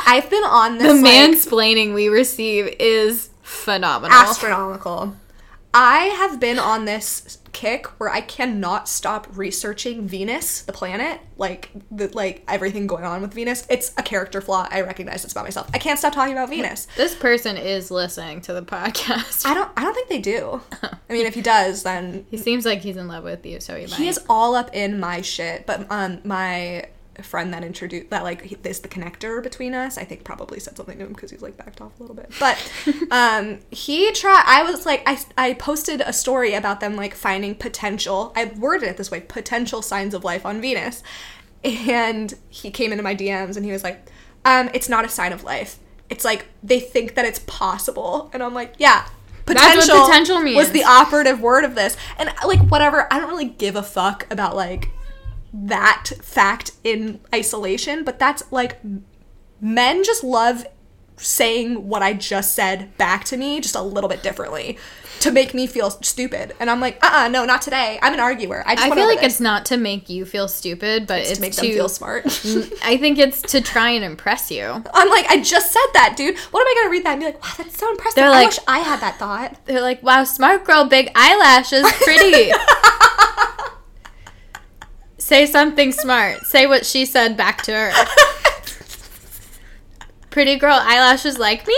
A: I've been on this
B: the
A: like,
B: mansplaining we receive is phenomenal
A: astronomical. I have been on this kick where I cannot stop researching Venus, the planet, like the, like everything going on with Venus. It's a character flaw. I recognize this about myself. I can't stop talking about Venus.
B: this person is listening to the podcast
A: I don't. I don't think they
B: [LAUGHS]
A: do. I mean, if he does, then
B: he seems like he's in love with you so he might
A: he is all up in my shit. But um, my friend that introduced that like he, is the connector between us. I think probably said something to him because he's like backed off a little bit. But um, he tried. I was like, I I posted a story about them like finding potential. I worded it this way: potential signs of life on Venus. And he came into my DMs and he was like, um, "It's not a sign of life. It's like they think that it's possible." And I'm like, "Yeah."
B: That's what potential
A: was the
B: means.
A: operative word of this. And uh, like whatever, I don't really give a fuck about like that fact in isolation, but that's like m- men just love saying what I just said back to me just a little bit differently to make me feel stupid. And I'm like, uh uh no, not today. I'm an arguer. I just
B: I
A: want
B: feel like
A: this.
B: it's not to make you feel stupid, but it's,
A: to make
B: to
A: them feel smart.
B: I think it's to try and impress
A: [LAUGHS]
B: you.
A: I'm like, I just said that, dude. What am I gonna read that and be like, wow, that's so impressive.
B: They're
A: I
B: like-
A: wish I had that thought.
B: They're like, "Wow, smart girl, big eyelashes, [LAUGHS] pretty." Say something smart. Say what she said back to her. [LAUGHS] pretty girl, eyelashes like me?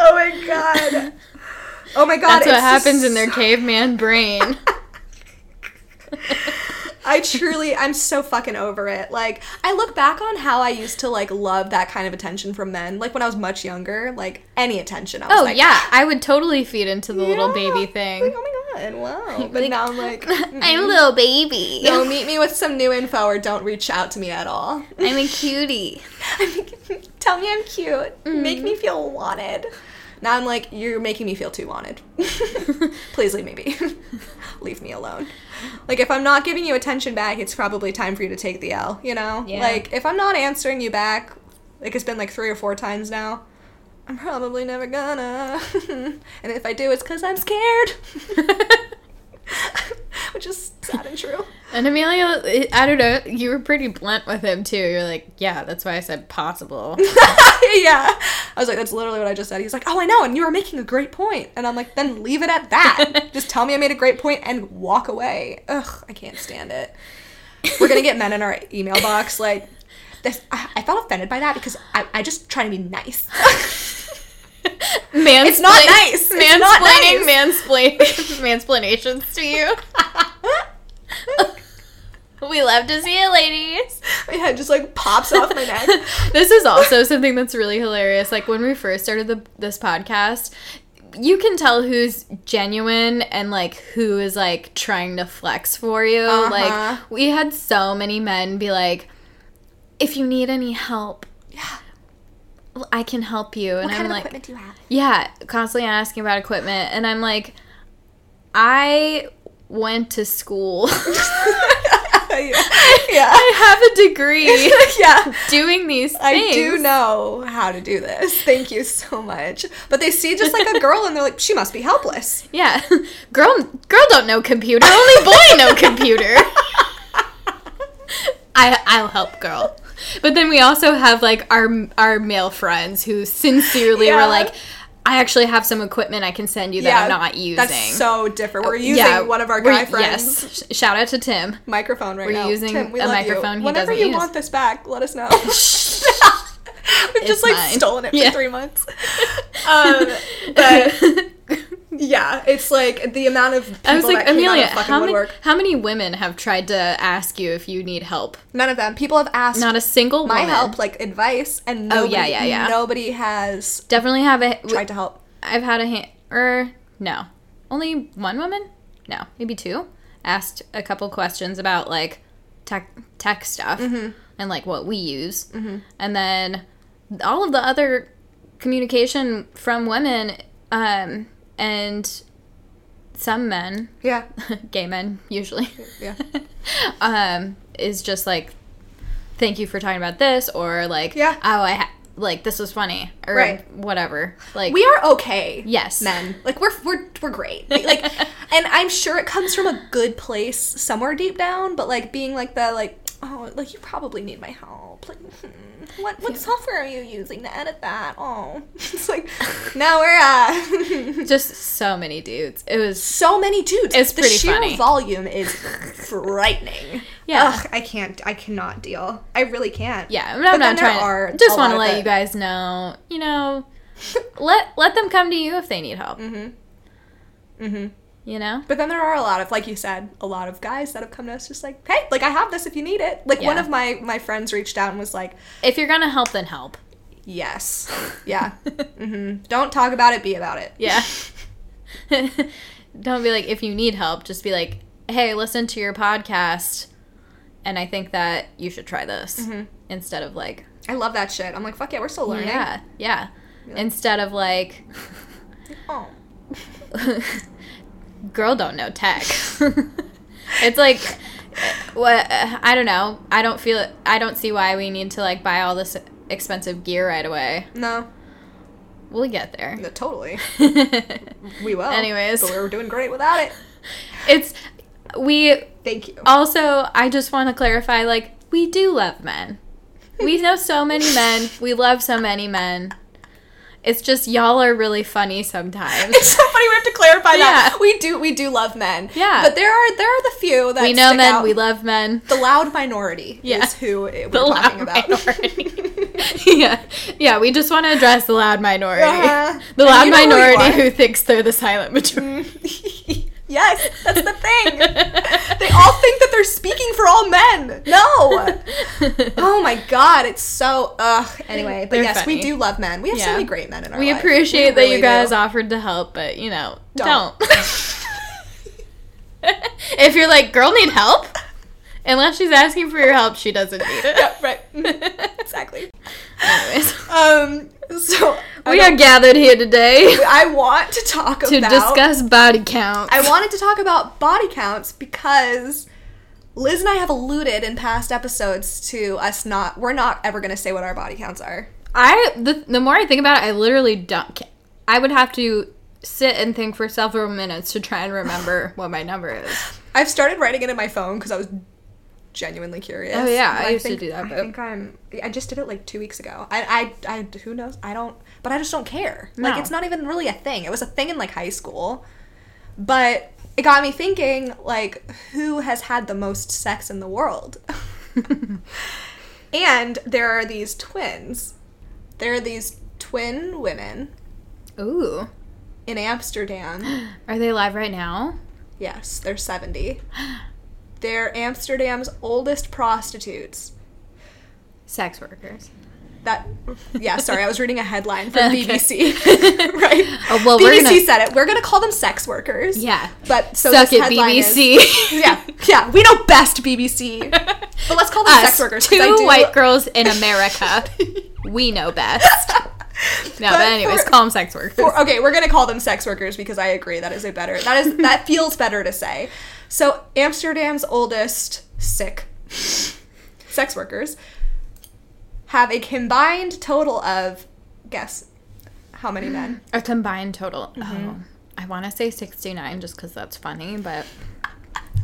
A: Oh my [LAUGHS] god. Oh my god.
B: That's what happens in their caveman [LAUGHS] brain.
A: I truly, I'm so fucking over it. Like, I look back on how I used to like love that kind of attention from men. Like when I was much younger, like any attention. I was
B: Oh
A: like,
B: yeah, I would totally feed into the little
A: yeah.
B: baby
A: Like,
B: [LAUGHS] thing.
A: oh my god,
B: [LAUGHS]
A: wow. But now I'm like,
B: I'm a little baby.
A: no,
B: [LAUGHS]
A: meet me with some new info or don't reach out to me at all.
B: I'm a cutie.
A: [LAUGHS] Tell me I'm cute. Make me feel wanted. Now I'm like, you're making me feel too wanted. [LAUGHS] Please leave me be. [LAUGHS] leave me alone. Like, if I'm not giving you attention back, it's probably time for you to take the L, you know?
B: Yeah.
A: Like, if I'm not answering you back, like, it's been like three or four times now, I'm probably never gonna. [LAUGHS] and if I do, it's because I'm scared. [LAUGHS] Which is sad and true.
B: [LAUGHS] And Amelia, I don't know, you were pretty blunt with him too. You're like, yeah, that's why I said possible.
A: [LAUGHS]
B: [LAUGHS]
A: yeah. I was like, that's literally what I just said. He's like, oh, I know, and you were making a great point. And I'm like, then leave it at
B: [LAUGHS]
A: that. just tell me I made a great point and walk away. Ugh, I can't stand it. We're gonna get men in our email box. Like, this, I, I felt offended by that because I, I just try to be
B: [LAUGHS]
A: nice.
B: Mansplain-
A: It's not nice. It's not
B: Mansplaining, mansplain, [LAUGHS] mansplanations to you. [LAUGHS] we love to see it, ladies.
A: [LAUGHS] my head just like pops off my
B: [LAUGHS]
A: neck.
B: this is also something that's really hilarious. Like when we first started the, this podcast, you can tell who's genuine and like who is like trying to flex for you.
A: Uh-huh.
B: Like we had so many men be like, "If you need any help, yeah, I can help you." and
A: What kind of
B: I'm like,
A: equipment do you have?
B: yeah, constantly asking about equipment. And I'm like, I went to school. [LAUGHS]
A: [LAUGHS] yeah.
B: I have
A: [LAUGHS]
B: a degree [LAUGHS]
A: yeah.
B: doing these things.
A: I do know how to do this. Thank you so much. But they see just like a girl and they're like, she must be helpless.
B: Yeah. Girl girl don't know computer. Only boy
A: [LAUGHS]
B: know computer. I I'll help girl. But then we also have like our our male friends who sincerely
A: Yeah.
B: were like I actually have some equipment I can send you [LAUGHS] that I'm not using. Oh,
A: That's so different. We're using one of our
B: we're-
A: guy friends'
B: Yes. Sh- Shout out to Tim.
A: [LAUGHS] microphone right
B: We're
A: now.
B: using
A: Tim, we
B: a
A: love
B: microphone
A: You.
B: he
A: Whenever
B: doesn't
A: you
B: use.
A: want this back, let us
B: [LAUGHS]
A: know. [LAUGHS] We've just
B: It's
A: like
B: mine.
A: stolen it for
B: Yeah.
A: three months. [LAUGHS] Um, but yeah, it's like the amount of people
B: I was like,
A: that came
B: Amelia,
A: out of fucking
B: how many,
A: woodwork.
B: how many women have tried to ask you if you need help?
A: None of them. People have asked
B: Not a single
A: my
B: woman.
A: help, like advice, and
B: Oh,
A: nobody,
B: yeah, yeah, yeah.
A: nobody has
B: Definitely have a.
A: tried to help.
B: I've had a hand. Er, no. Only one woman? No. Maybe two? Asked a couple questions about like tech, tech stuff
A: Mm-hmm.
B: and like what we use. And then all of the other communication from women um, and some men, [LAUGHS]
A: Yeah,
B: gay men
A: [LAUGHS]
B: usually.
A: yeah.
B: um, is just like, thank you for talking about this, or like,
A: Yeah.
B: oh, I ha- like this was funny, or
A: Right.
B: whatever. Like,
A: we are okay.
B: Yes.
A: men. Like we're we're we're great. Like,
B: [LAUGHS]
A: and I'm sure it comes from a good place somewhere deep down. But like being like the like oh like you probably need my help. Like, hmm, what what software are you using to edit that? Oh, [LAUGHS] it's like now we're at [LAUGHS]
B: just so many dudes. It was
A: so many dudes.
B: It's
A: the
B: pretty
A: sheer
B: funny.
A: volume is frightening.
B: Yeah.
A: Ugh, I can't. I cannot deal. I really can't.
B: yeah. I'm,
A: But
B: I'm
A: then
B: not
A: there
B: trying.
A: are
B: to just
A: a
B: want to
A: lot
B: let
A: that-
B: you guys know, you know, [LAUGHS] let let them come to you if they need help. Mm-hmm. Mm-hmm.
A: Mm-hmm.
B: You know.
A: But then there are a lot of, like you said, a lot of guys that have come to us just like, hey, like I have this if you need it. Like one
B: Yeah.
A: of my my friends reached out and was like,
B: If you're gonna help, then help. [LAUGHS]
A: yes, yeah, hmm don't talk about it, be about it.
B: Yeah. [LAUGHS] Don't be like, if you need help, just be like, hey, listen to your podcast, and I think that you should try this.
A: Mm-hmm.
B: Instead of like,
A: I love that shit. I'm like, fuck yeah, we're still learning.
B: yeah, yeah. Instead of like,
A: Oh.
B: [LAUGHS] girl, don't know tech. it's like, well, I don't know. I don't feel. I don't see why we need to like buy all this expensive gear right away.
A: No,
B: We'll get there.
A: no,
B: [LAUGHS]
A: totally. We will.
B: Anyways.
A: but we're doing great without it.
B: it's we
A: Thank you.
B: [LAUGHS]
A: [LAUGHS]
B: also. I just want to clarify. Like we do love men. We know so many men. We love so many men. It's just y'all are really
A: [LAUGHS]
B: funny sometimes.
A: It's so funny we have to clarify that.
B: Yeah.
A: We do we do love men.
B: Yeah.
A: But there are there are the few that
B: we know
A: stick
B: men.
A: out.
B: We love men.
A: the loud minority
B: Yeah.
A: is who it- we're
B: The loud
A: talking
B: [LAUGHS]
A: about.
B: yeah, yeah. We just want to address the loud minority.
A: Uh-huh.
B: The
A: And
B: loud
A: you know who you
B: minority
A: are.
B: who, Mm-hmm. thinks they're the silent majority.
A: [LAUGHS] yes, that's the
B: [LAUGHS]
A: thing. they all think that they're speaking for all men. No.
B: [LAUGHS]
A: Oh my god, it's so ugh. Anyway, but
B: They're
A: yes, we
B: funny.
A: do love men. We have so
B: Yeah.
A: many great men in
B: [LAUGHS]
A: our
B: we
A: life.
B: appreciate that
A: really
B: you guys
A: do. [LAUGHS]
B: offered to help, but you know,
A: Don't.
B: don't. [LAUGHS] if you're like, girl, need help? Unless she's asking for your help, she doesn't need it.
A: right. [LAUGHS] exactly.
B: Anyways,
A: Um so I
B: [LAUGHS] we
A: don't-
B: are gathered here today
A: I want to talk
B: to
A: about
B: discuss body count.
A: I wanted to talk about body counts because Liz and I have alluded in past episodes to us not we're not ever going to say what our body counts are.
B: I the, the more I think about it, I literally don't. ca- I would have to sit and think for several minutes to try
A: [LAUGHS]
B: and remember what my number is.
A: I've started writing it in my phone because I was genuinely curious.
B: Oh, yeah, I used to
A: think-
B: do that,
A: I
B: but-
A: think I'm. I just did it like two weeks ago. I, I, I who knows? I don't. But I just don't care. Like
B: No.
A: it's not even really a thing. It was a thing in like high school, but it got me thinking like who has had the most sex in the
B: [LAUGHS]
A: world? and there are these twins. There are these twin women
B: Ooh,
A: in Amsterdam.
B: are they live right now?
A: Yes, they're 70. [GASPS] They're Amsterdam's oldest prostitutes.
B: Sex workers.
A: That yeah, sorry, I was reading a headline from
B: [LAUGHS] Okay.
A: BBC. [LAUGHS] right.
B: Oh, well,
A: BBC
B: we're gonna-
A: said it. We're gonna call them sex workers.
B: Yeah.
A: But so
B: Suck
A: this
B: it,
A: headline is-
B: BBC.
A: yeah, yeah, we know best
B: [LAUGHS]
A: BBC. [LAUGHS] But let's call them
B: Us,
A: sex workers. 'cause I
B: two
A: do-
B: white girls
A: [LAUGHS]
B: in America. we know best. No, but,
A: But
B: anyways,
A: for-
B: call them sex workers.
A: Or- okay, we're gonna call them sex workers because I agree that is a better that is that feels better to say. So Amsterdam's oldest sick sex workers have a combined total of guess how many men?
B: A combined total. Oh, I want to say sixty-nine, just because that's funny, [LAUGHS] but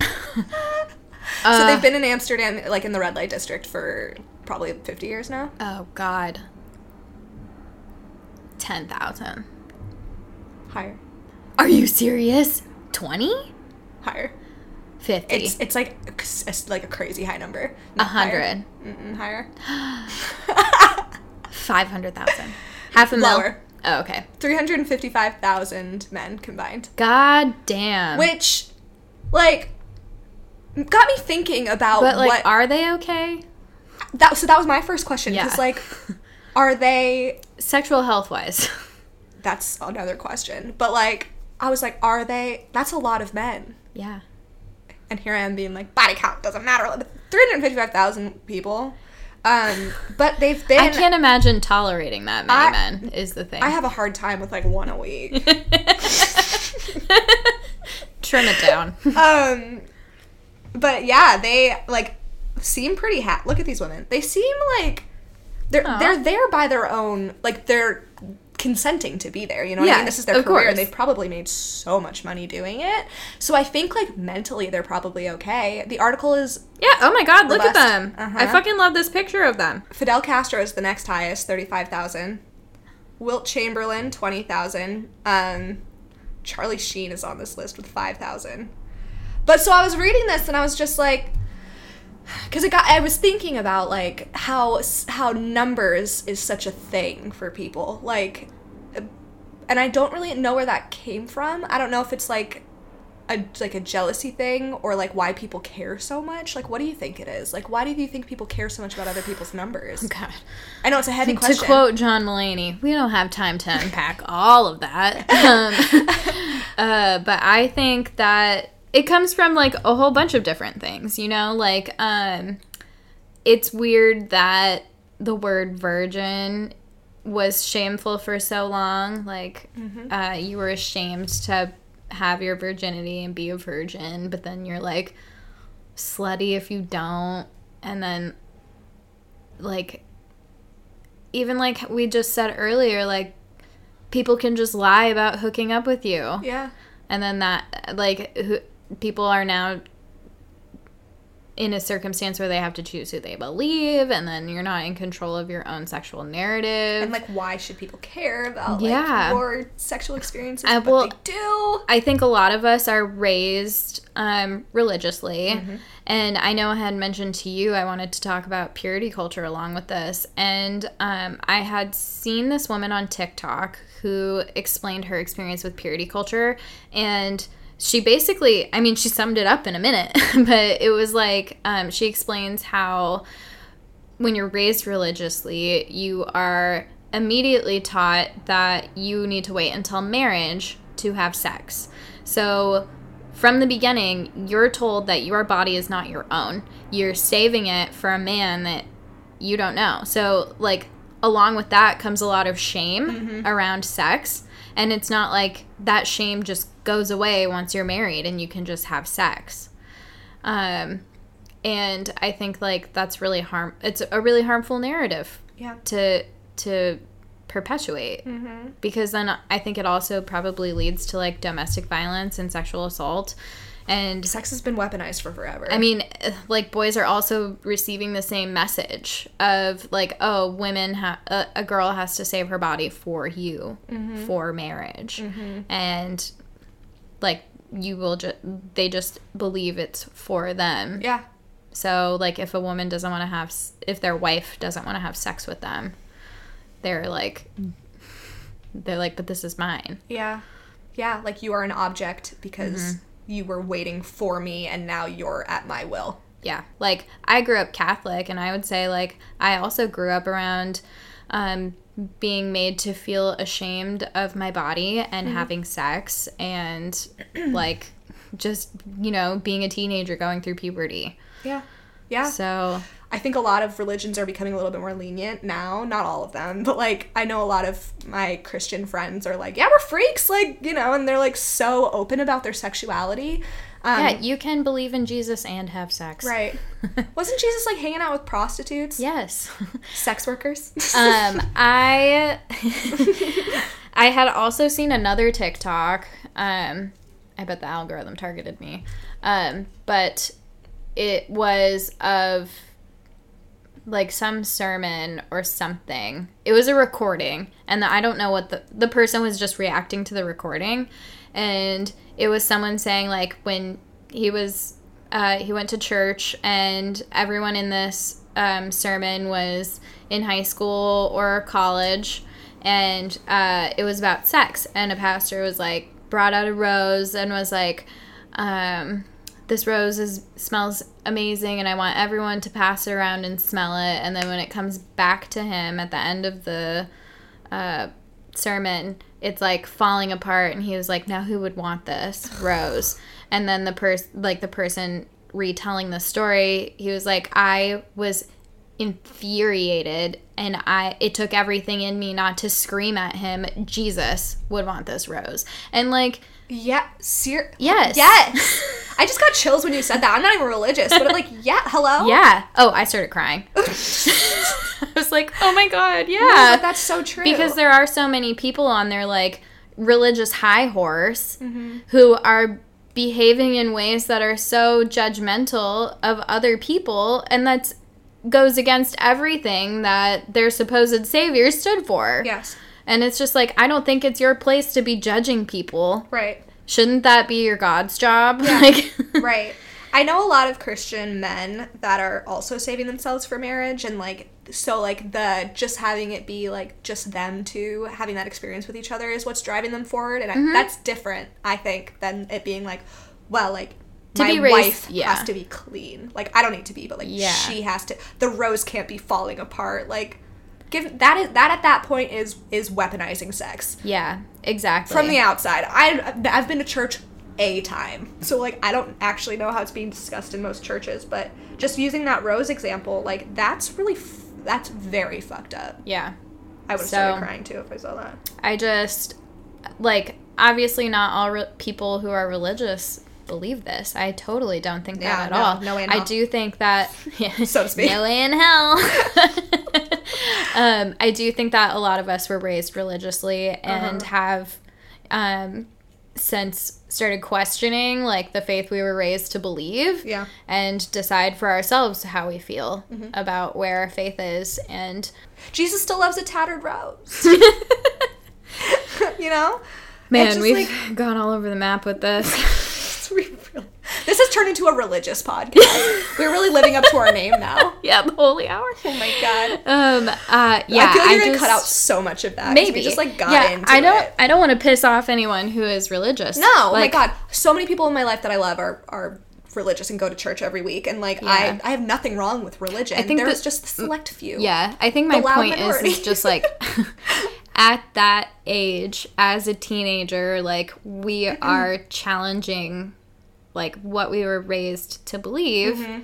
B: Mm.
A: so
B: Uh.
A: they've been in Amsterdam, like in the red light district, for probably 50 years now.
B: oh god, ten thousand.
A: Higher,
B: Are you serious? 20?
A: higher.
B: 50?
A: It's it's like it's like a crazy high number.
B: A
A: Not higher.
B: 100?
A: Mm-mm, higher. [LAUGHS]
B: 500,000? Half a mil?
A: Lower.
B: Oh, okay.
A: 355,000 men combined.
B: God damn.
A: which like got me thinking about
B: but like,
A: what
B: are they okay?
A: that so that was my first question because
B: Yeah. [LAUGHS]
A: like are they
B: Sexual health wise. [LAUGHS]
A: that's another question but like i was like are they that's a lot of men
B: yeah.
A: and here i am being like body count doesn't matter 355000 people um but they've been
B: I can't imagine tolerating that many
A: I-
B: men, is the thing.
A: I have a hard time with like one a week
B: Trim it
A: [LAUGHS]
B: down.
A: um but yeah they like seem pretty ha look at these women they seem like they're
B: Aw.
A: they're there by their own like they're consenting to be there you know what i mean
B: Yes,
A: this is their
B: of
A: career and
B: course.
A: they've probably made so much money doing it so i think like mentally they're probably okay the article is
B: yeah, oh my god, look at
A: Robust.
B: them. I
A: Uh-huh.
B: fucking love this picture of them.
A: fidel castro is the next highest 35000 wilt chamberlain 20000 um charlie sheen is on this list with 5000 but so i was reading this and i was just like because it got i was thinking about like how s- how numbers is such a thing for people like uh, and i don't really know where that came from i don't know if it's like a like a jealousy thing or like why people care so much like what do you think it is like why do you think people care so much about other people's numbers
B: God.
A: i know it's a heavy question
B: To quote John Mulaney, we don't have time to unpack all
A: [LAUGHS]
B: of that. Um, uh, but I think that it comes from like a whole bunch of different things, you know? Like, um, it's weird that the word virgin was shameful for so long. Like,
A: Mm-hmm.
B: uh, you were ashamed to have your virginity and be a virgin, but then you're like, slutty if you don't. And then, like, even like we just said earlier, like, people can just lie about hooking up with you.
A: Yeah.
B: And then that, like, who, people are now in a circumstance where they have to choose who they believe, and then you're not in control of your own sexual narrative.
A: And like, why should people care about like
B: Yeah.
A: your sexual experiences?
B: I
A: I
B: will-
A: will they do.
B: I think a lot of us are raised um, religiously. And I know I had mentioned to you I wanted to talk about purity culture along with this. And um, I had seen this woman on TikTok who explained her experience with purity culture. And she basically, I mean, she summed it up in a minute, [LAUGHS] but it was like um, she explains how when you're raised religiously, you are immediately taught that you need to wait until marriage to have sex. So, from the beginning, you're told that your body is not your own. You're saving it for a man that you don't know. So, like, along with that comes a lot of shame around sex. And it's not like that shame just goes away once you're married and you can just have sex. Um, and i think like that's really harm it's a really harmful narrative
A: Yeah.
B: to to perpetuate because then i think it also probably leads to like domestic violence and sexual assault and
A: Sex has been weaponized for forever.
B: I mean, eh, like boys are also receiving the same message of like, oh, women, ha- a, a girl has to save her body for you, for marriage, and like you will just, they just believe it's for them.
A: yeah.
B: So, like, if a woman doesn't want to have, s- if their wife doesn't want to have sex with them, they're like, they're like, but this is mine.
A: Yeah. Yeah. Like you are an object because
B: Mm-hmm.
A: you were waiting for me and now you're at my will.
B: Yeah. Like, I grew up Catholic, and I would say, like, I also grew up around um, being made to feel ashamed of my body and having sex and, like, just, you know, being a teenager going through puberty.
A: Yeah. Yeah.
B: So,
A: I think a lot of religions are becoming a little bit more lenient now. Not all of them, but like I know a lot of my Christian friends are like, yeah, we're freaks, like, you know, and they're like so open about their sexuality. Um,
B: yeah, you can believe in Jesus and have sex.
A: Right.
B: [LAUGHS]
A: Wasn't Jesus like hanging out with prostitutes?
B: Yes. [LAUGHS]
A: Sex workers?
B: um, I I had also seen another TikTok. Um, I bet the algorithm targeted me, um, but it was of like some sermon or something. It was a recording, and the, I don't know what the the person was just reacting to the recording, and it was someone saying like when he was uh, he went to church, and everyone in this um, sermon was in high school or college, and uh, it was about sex, and a pastor was like brought out a rose and was like. Um, this rose is smells amazing and I want everyone to pass it around and smell it and then when it comes back to him at the end of the uh, sermon it's like falling apart and he was like now who would want this rose and then the person like the person retelling the story he was like I was infuriated and I it took everything in me not to scream at him Jesus would want this rose and like
A: [LAUGHS] yeah. Ser-
B: yes
A: Yes. I just got chills when you said that. I'm not even religious, but like, yeah, hello?
B: [LAUGHS] Yeah. Oh, I started crying. [LAUGHS] I was like, oh my god,
A: No,
B: yeah.
A: but that's so true.
B: because there are so many people on their like religious high horse
A: Mm-hmm.
B: who are behaving in ways that are so judgmental of other people, and that's goes against everything that their supposed savior stood for.
A: Yes.
B: And it's just like I don't think it's your place to be judging people.
A: Right.
B: Shouldn't that be your God's job? [LAUGHS] Like
A: right. I know a lot of Christian men that are also saving themselves for marriage and like so like the just having it be like just them two having that experience with each other is what's driving them forward and
B: Mm-hmm.
A: I, that's different I think than it being like well like my
B: be raised-
A: wife
B: yeah.
A: has to be clean like I don't need to be but like
B: Yeah.
A: she has to the rose can't be falling apart like give that is that at that point is is weaponizing sex
B: Yeah, exactly.
A: from the outside. I I've been to church a time, so like I don't actually know how it's being discussed in most churches, but just using that rose example, like that's really f- that's very fucked up.
B: Yeah.
A: I would have
B: So-
A: started crying too if I saw that.
B: I just like obviously not all re- people who are religious believe this. I totally don't think
A: Yeah,
B: that at
A: no,
B: all.
A: no way in
B: I
A: hell.
B: do think that
A: [LAUGHS] So to speak.
B: [LAUGHS] No way in hell. um, I do think that a lot of us were raised religiously
A: Uh-huh.
B: and have um, since started questioning like the faith we were raised to believe
A: Yeah. Mm-hmm.
B: and decide for ourselves how we feel about where our faith is and
A: Jesus still loves a tattered
B: [LAUGHS]
A: rose. [LAUGHS] you know? It's
B: man
A: just
B: we've
A: like-
B: [LAUGHS] gone all over the map with this
A: It's re- real- This has turned into a religious
B: [LAUGHS]
A: podcast. We're really living up to our name now.
B: yeah the holy hour
A: Oh my god.
B: um uh yeah
A: I feel like you're gonna
B: just-
A: cut out so much of that. 'cause
B: maybe
A: We just like got into
B: I don't
A: it.
B: I don't want to piss off anyone who is religious
A: No, oh my
B: Like,
A: god. So many people in my life that I love are are religious and go to church every week and like
B: Yeah.
A: I I have nothing wrong with religion.
B: think
A: There's
B: that-
A: just the select few.
B: Yeah, I think my
A: loud
B: point is,
A: minority.
B: is just
A: [LAUGHS]
B: like at that age as a teenager, like we
A: Mm-hmm.
B: are challenging like what we were raised to believe.
A: Mm-hmm.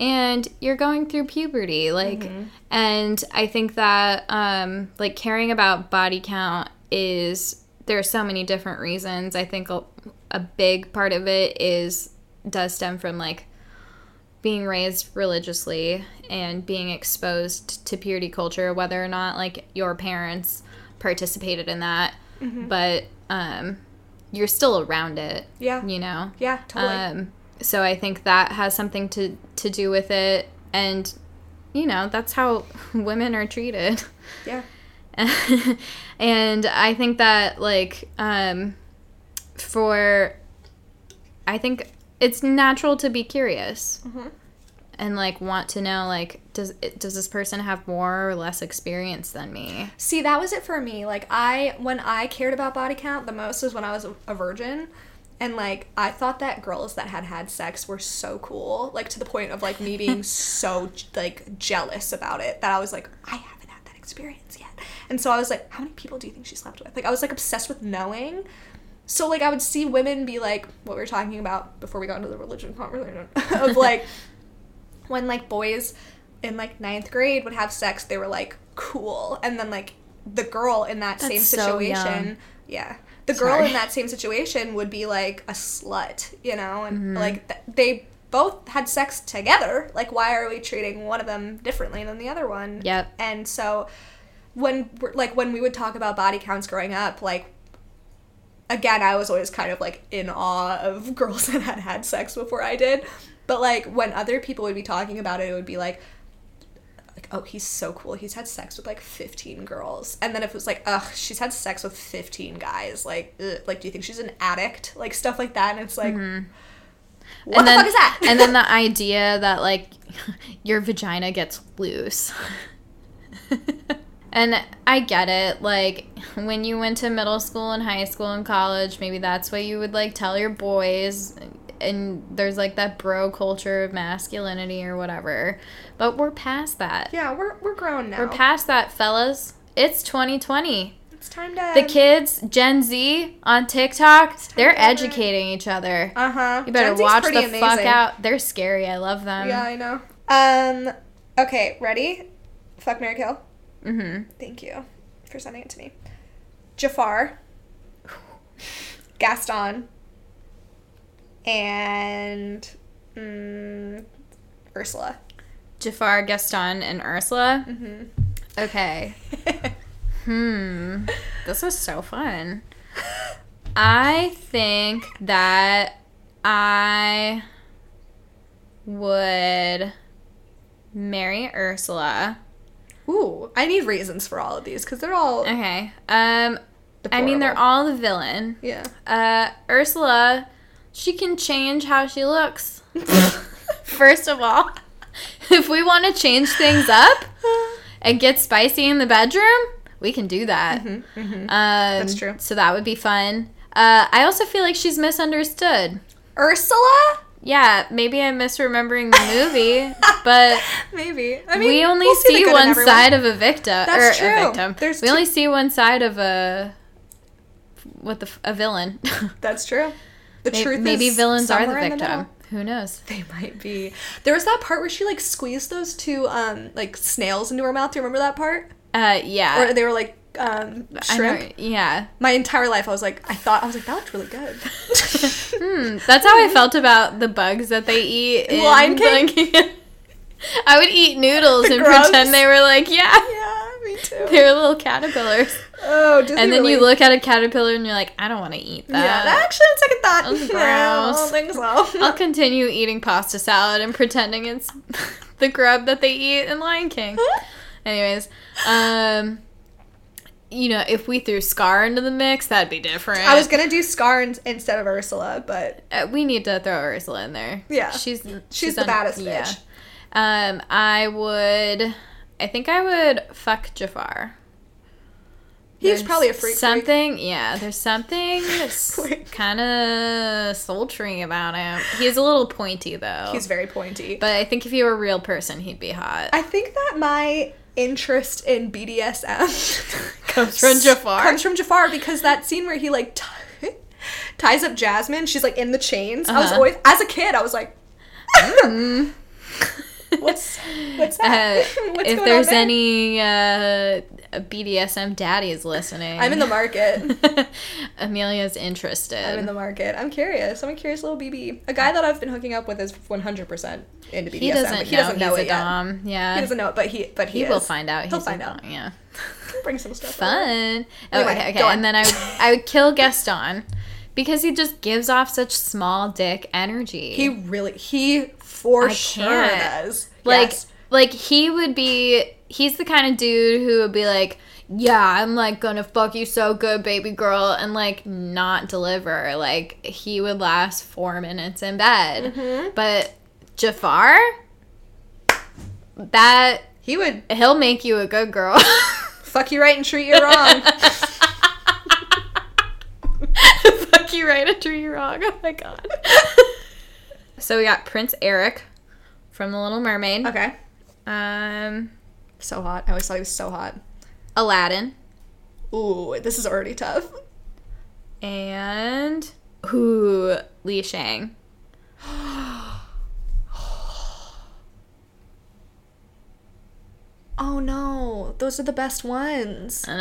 B: And you're going through puberty, like, and I think that, um, like, caring about body count is there are so many different reasons. I think a, a big part of it is does stem from like being raised religiously and being exposed to purity culture, whether or not like your parents participated in that, but um, you're still around it.
A: Yeah.
B: you know.
A: Yeah, totally.
B: Um, so I think that has something to to do with it, and you know that's how [LAUGHS] women are treated.
A: yeah.
B: [LAUGHS] and I think that like um for I think it's natural to be curious and like want to know like does it- does this person have more or less experience than me?
A: See, that was it for me. Like I when I cared about body count the most was when I was a, a virgin. And like I thought that girls that had had sex were so cool, like to the point of like me
B: [LAUGHS]
A: being so like jealous about it that I was like, I haven't had that experience yet. And so I was like, how many people do you think she slept with? Like I was like obsessed with knowing. So like I would see women be like what we were talking about before we got into the religion conversation [LAUGHS] of
B: [LAUGHS]
A: like when like boys in like ninth grade would have sex, they were like cool, and then like the girl in that same
B: so
A: situation,
B: young.
A: yeah, the girl
B: Sorry.
A: in that same situation would be like a slut, you know, and
B: Mm-hmm.
A: like th- they both had sex together. Like, why are we treating one of them differently than the other one?
B: Yep.
A: And so when we're, like when we would talk about body counts growing up, like again, I was always kind of like in awe of [LAUGHS] girls that had had sex before I did. But like when other people would be talking about it, it would be like, like oh, he's so cool. He's had sex with like 15 girls. And then if it was like, ugh, she's had sex with 15 guys. Like, ugh, like do you think she's an addict? Like stuff like that. And it's like, what
B: Mm-hmm. and
A: the
B: then,
A: fuck is that?
B: and then the idea that like [LAUGHS] your vagina gets loose. [LAUGHS] and I get it. Like when you went to middle school and high school and college, maybe that's what you would like tell your boys. And there's like that bro culture of masculinity or whatever. But we're past that.
A: yeah, we're we're grown now.
B: We're past that, fellas. It's 2020.
A: it's time to
B: The kids, Gen Z on TikTok, they're
A: to have it.
B: educating each other.
A: Uh huh.
B: You better watch the fuck out. They're scary. I love them.
A: Yeah, I know. Um. Okay, ready? Fuck Mary Kill.
B: Mm-hmm.
A: Thank you for sending it to me. Jafar, Gaston, and mm, Ursula.
B: Jafar, Gaston, and Ursula. Mm-hmm.
A: [LAUGHS]
B: Okay. hmm. This was so fun. I think that I would marry Ursula.
A: Ooh, I need reasons for all of these because they're all.
B: Okay. Um, I mean, they're
A: Deplorable.
B: all the villain.
A: Yeah.
B: Uh, Ursula, she can change how she looks. First of all, [LAUGHS] if we want to change
A: [SIGHS]
B: things up and get spicy in the bedroom, we can do that. Um, That's
A: Mm-hmm, true.
B: So that would be fun. Uh, I also feel like she's misunderstood.
A: [LAUGHS] Ursula?
B: Yeah, maybe I'm misremembering the
A: [LAUGHS]
B: movie, but
A: Maybe. I mean,
B: we only
A: we'll the
B: see,
A: good in
B: one
A: everyone.
B: side of a victim.
A: That's
B: or A
A: true.
B: victim.
A: There's
B: we
A: two-
B: only see one side of a what the f- a villain.
A: That's true. The
B: May-
A: truth
B: [LAUGHS] maybe
A: is
B: villains are the
A: somewhere in middle.
B: victim. Who knows?
A: They might be. There was that part where she like squeezed those two um like snails into her mouth. Do you remember that part?
B: Uh, yeah.
A: Or they were like um,
B: I
A: shrimp.
B: know, yeah.
A: My entire life, I was like, I thought I was like that looked really
B: [LAUGHS]
A: good.
B: That's how I felt about the bugs that they eat. In
A: Lion King?
B: Lion [LAUGHS] I would eat noodles and
A: grubs?
B: pretend they were like, yeah,
A: [LAUGHS]
B: [LAUGHS]
A: yeah, me too.
B: they were
A: [LAUGHS]
B: little caterpillars.
A: Oh, Disney
B: And then you
A: really-
B: look at a caterpillar and you're like, I don't want to eat
A: Yeah, that
B: that.
A: actually, on second [LAUGHS] thought,
B: was
A: yeah, I don't
B: Oh, gross. Uh,
A: think so.
B: [LAUGHS] I'll continue eating pasta salad and pretending it's [LAUGHS] the grub that they eat in
A: [LAUGHS]
B: Lion King. Anyways, um, you know, if we threw Scar into the mix, that'd be different.
A: I was gonna do Scar in- instead of Ursula, but
B: Uh, we need to throw Ursula in there.
A: Yeah.
B: she's she's,
A: the baddest bitch.
B: Um, I would, I think I would fuck Jafar.
A: he's
B: There's
A: probably a freak. freak.
B: Something, yeah.
A: [LAUGHS]
B: There's something that's
A: Freak.
B: kind of sultry about him. He's a little pointy though.
A: He's very pointy.
B: but I think if he were a real person, he'd be hot.
A: [LAUGHS] I think that my interest in BDSM
B: [LAUGHS] Comes from Jafar.
A: Comes from Jafar because that scene where he like t- ties up Jasmine, she's like in the chains. I was
B: Uh-huh. Mm.
A: always, as a kid, I was like, "Hmm, what's what's
B: Uh,
A: that? [LAUGHS] What's
B: if
A: going
B: there's
A: on there?
B: any uh, BDSM daddies listening,
A: I'm in the market.
B: [LAUGHS] Amelia's interested.
A: I'm in the market. I'm curious. I'm a curious little BB. A guy that I've been hooking up with is 100 percent into BDSM.
B: he doesn't,
A: but he
B: know
A: doesn't
B: he's
A: know
B: a
A: it yet.
B: dom. Yeah,
A: He doesn't know it, but he but he,
B: He will
A: is.
B: find out.
A: He'll
B: He's
A: find
B: a
A: out.
B: dom, Yeah.
A: Bring some stuff. over.
B: Fun. Oh,
A: Anyway,
B: okay, okay.
A: go on.
B: And then I would, I would kill Gaston because he just gives off such small dick energy.
A: He really he for
B: I
A: sure
B: can't.
A: does.
B: like
A: Yes.
B: like he would be he's the kind of dude who would be like yeah i'm like gonna fuck you so good baby girl and like not deliver like he would last four minutes in bed
A: Mm-hmm.
B: but jafar that
A: he would
B: he'll make you a good girl [LAUGHS]
A: fuck you right and treat you wrong.
B: fuck you right E. and treat you wrong oh my god [LAUGHS] so we got prince eric from the little mermaid
A: okay.
B: um
A: So hot. I always thought he was so hot.
B: aladdin
A: Ooh, this is already tough.
B: and who Li Shang.
A: Oh no, those are the best ones.
B: I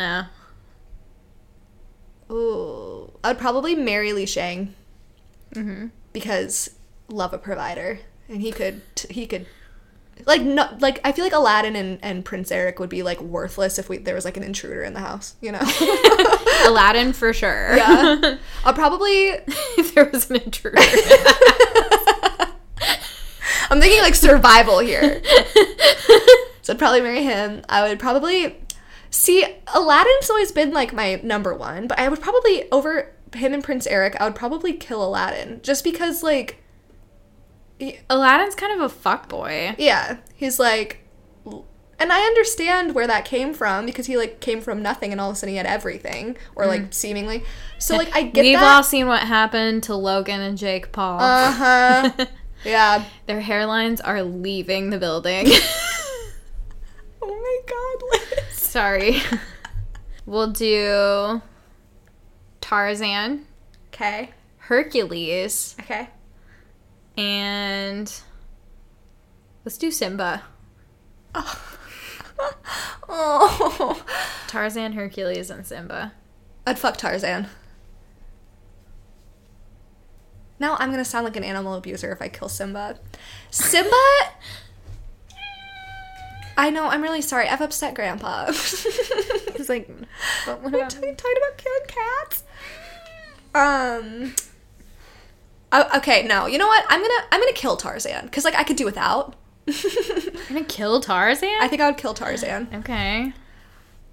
B: [LAUGHS] know.
A: Ooh, I'd probably marry Li Shang
B: Mm-hmm.
A: because love a provider, and he could he could like no like I feel like Aladdin and, and Prince Eric would be like worthless if we there was like an intruder in the house, you know? [LAUGHS]
B: Aladdin for sure.
A: Yeah. I'll probably
B: [LAUGHS] if there was an intruder.
A: I'm thinking like survival here. [LAUGHS] so I'd probably marry him. I would probably see Aladdin's always been like my number one, but I would probably over him and Prince Eric. I would probably kill Aladdin just because like
B: [LAUGHS] Aladdin's kind of a fuckboy.
A: yeah, he's like, and I understand where that came from because he like came from nothing and all of a sudden he had everything or like seemingly. So like I get
B: We've all
A: that.
B: seen what happened to Logan and Jake Paul.
A: Uh [LAUGHS] huh. yeah.
B: [LAUGHS] Their hairlines are leaving the [LAUGHS] building.
A: Oh my god, Liz.
B: [LAUGHS] Sorry. we'll do Tarzan,
A: Okay.
B: Hercules,
A: Okay.
B: and let's do Simba.
A: Oh. [LAUGHS]
B: Tarzan, Hercules, and Simba.
A: I'd fuck Tarzan. Now I'm gonna sound like an animal abuser if I kill Simba. Simba. I know. I'm really sorry. I've upset Grandpa.
B: [LAUGHS] He's like, but what
A: we
B: about
A: t- talking about killing cats. Um. oh, okay. No. You know what? I'm gonna I'm gonna kill Tarzan because like I could do without. [LAUGHS] I
B: gonna kill Tarzan?
A: think I would kill Tarzan.
B: okay.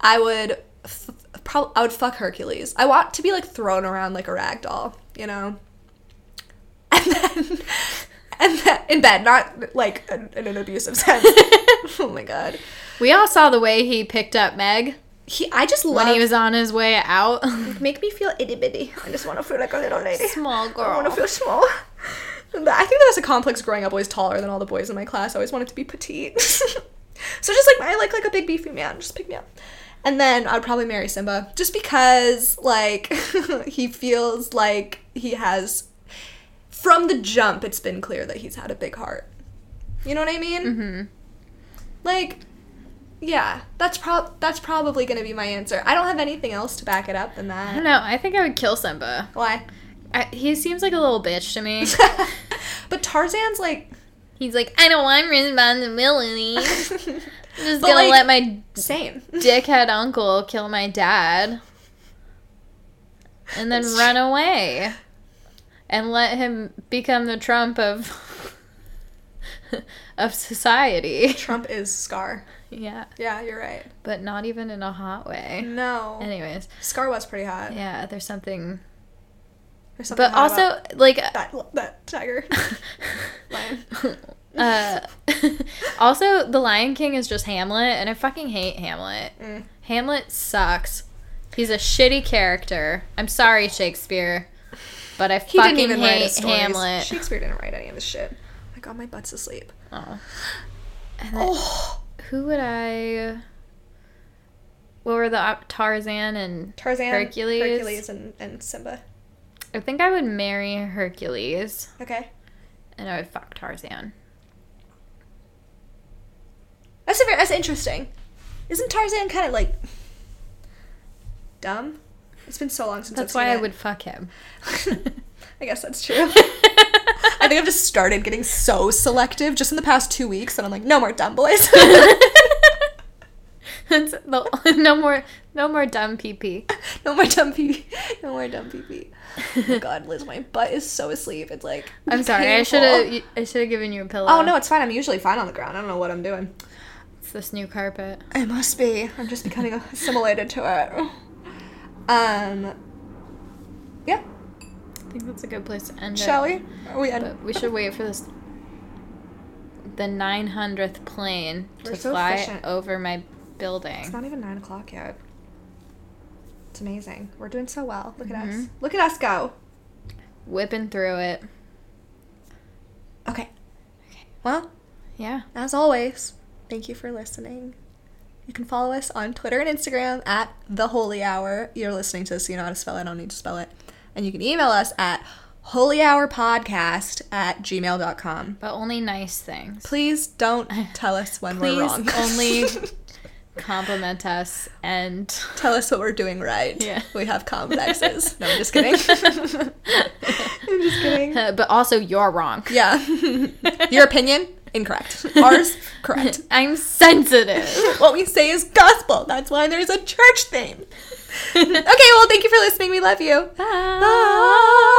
A: I would, f- prob- I would fuck Hercules. I want to be like thrown around like a rag doll, you know. [LAUGHS] And then, and then in bed, not like in, in an abusive
B: [LAUGHS]
A: sense. oh my god,
B: We all saw the way he picked up Meg
A: he. I just
B: when
A: love.
B: he was on his way out. [LAUGHS]
A: make me feel itty bitty. I just want to feel like a little lady.
B: Small
A: I want to
B: girl.
A: feel small. [LAUGHS] But I think that was a complex growing up. Always taller than all the boys in my class. I always wanted to be petite. [LAUGHS] so just like I like like a big beefy man. Just pick me up. And then I'd probably marry Simba just because like [LAUGHS] he feels like he has. From the jump, it's been clear that he's had a big heart. You know what I mean? Mm-hmm. Like Yeah, that's prob that's probably going to be my answer. I don't have anything else to back it up than
B: I
A: that.
B: don't know. I think I would kill Simba.
A: Why?
B: I, he seems like a little bitch to [LAUGHS] me.
A: [LAUGHS] but Tarzan's
B: [LAUGHS]
A: like
B: He's like, I don't want responsibility. I'm just
A: But,
B: gonna
A: like-
B: let my
A: same.
B: dickhead uncle kill my dad, and then run away, and let him become the Trump of [LAUGHS] of society.
A: Trump is Scar.
B: Yeah,
A: Yeah, you're right.
B: but not even in a hot way.
A: No.
B: Anyways,
A: Scar was pretty hot.
B: yeah, there's something,
A: There's something
B: but
A: hot about
B: also like
A: that that
B: [LAUGHS]
A: tiger lion.
B: uh, [LAUGHS] also, The Lion King is just Hamlet, and I fucking hate Hamlet.
A: Mm.
B: Hamlet sucks. He's a shitty character. I'm sorry, Shakespeare, but I
A: He
B: fucking
A: didn't even write
B: hate
A: his stories.
B: Hamlet.
A: Shakespeare didn't write any of his shit. I got my butt's asleep.
B: Oh. And then, Who would I? What were the op- Tarzan and
A: Tarzan,
B: Hercules.
A: Hercules, and, and Simba.
B: I think I would marry Hercules,
A: Okay,
B: and I would fuck Tarzan.
A: that's a, ver- that's interesting. Isn't Tarzan kind of like dumb? It's been so long since
B: That's
A: I've seen
B: why I
A: it.
B: would fuck him. [LAUGHS]
A: [LAUGHS] I guess that's true. I think I've just started getting so selective just in the past two weeks, and I'm like, no more dumb [LAUGHS] boys.
B: That's the, [LAUGHS] no more, no more dumb pee pee.
A: no more dumb pee. No more dumb pee pee. Oh my God, Liz, my butt is so asleep. It's like
B: I'm sorry. I
A: painful.
B: should have. I should have given you a pillow.
A: Oh no, it's fine. I'm usually fine on the ground. I don't know what I'm doing.
B: it's this new carpet.
A: I must be. I'm just becoming assimilated to it. Um. Yeah.
B: I think that's a good place to end
A: Shall
B: it.
A: we? Are we end?
B: But we should wait for this. The 900th plane
A: We're
B: to
A: so
B: fly
A: efficient.
B: over my
A: It's
B: building.
A: not even nine o'clock yet. It's amazing. We're doing so well. Look at us. Look at us go.
B: Whipping through it.
A: Okay. Well,
B: Yeah.
A: as always, thank you for listening. You can follow us on Twitter and Instagram at the Holy Hour. You're listening to this, so you know how to spell it. I don't need to spell it. And you can email us at holyhourpodcast at gmail.com.
B: But only nice things.
A: Please
B: [LAUGHS]
A: don't tell us when
B: Please
A: we're wrong. [LAUGHS]
B: only compliment us and [LAUGHS]
A: tell us what we're doing right.
B: Yeah.
A: We
B: [LAUGHS]
A: have complexes. no, I'm just kidding. I'm just kidding.
B: but also you're wrong.
A: Yeah. Your opinion? Incorrect. Ours?
B: [LAUGHS]
A: Correct.
B: [LAUGHS] I'm
A: [LAUGHS]
B: sensitive.
A: what we say is gospel. That's why
B: [LAUGHS]
A: Ah.
B: Ah.
A: there's a church theme. okay, well, thank you for listening. We love you. Bye. Oh. Ah.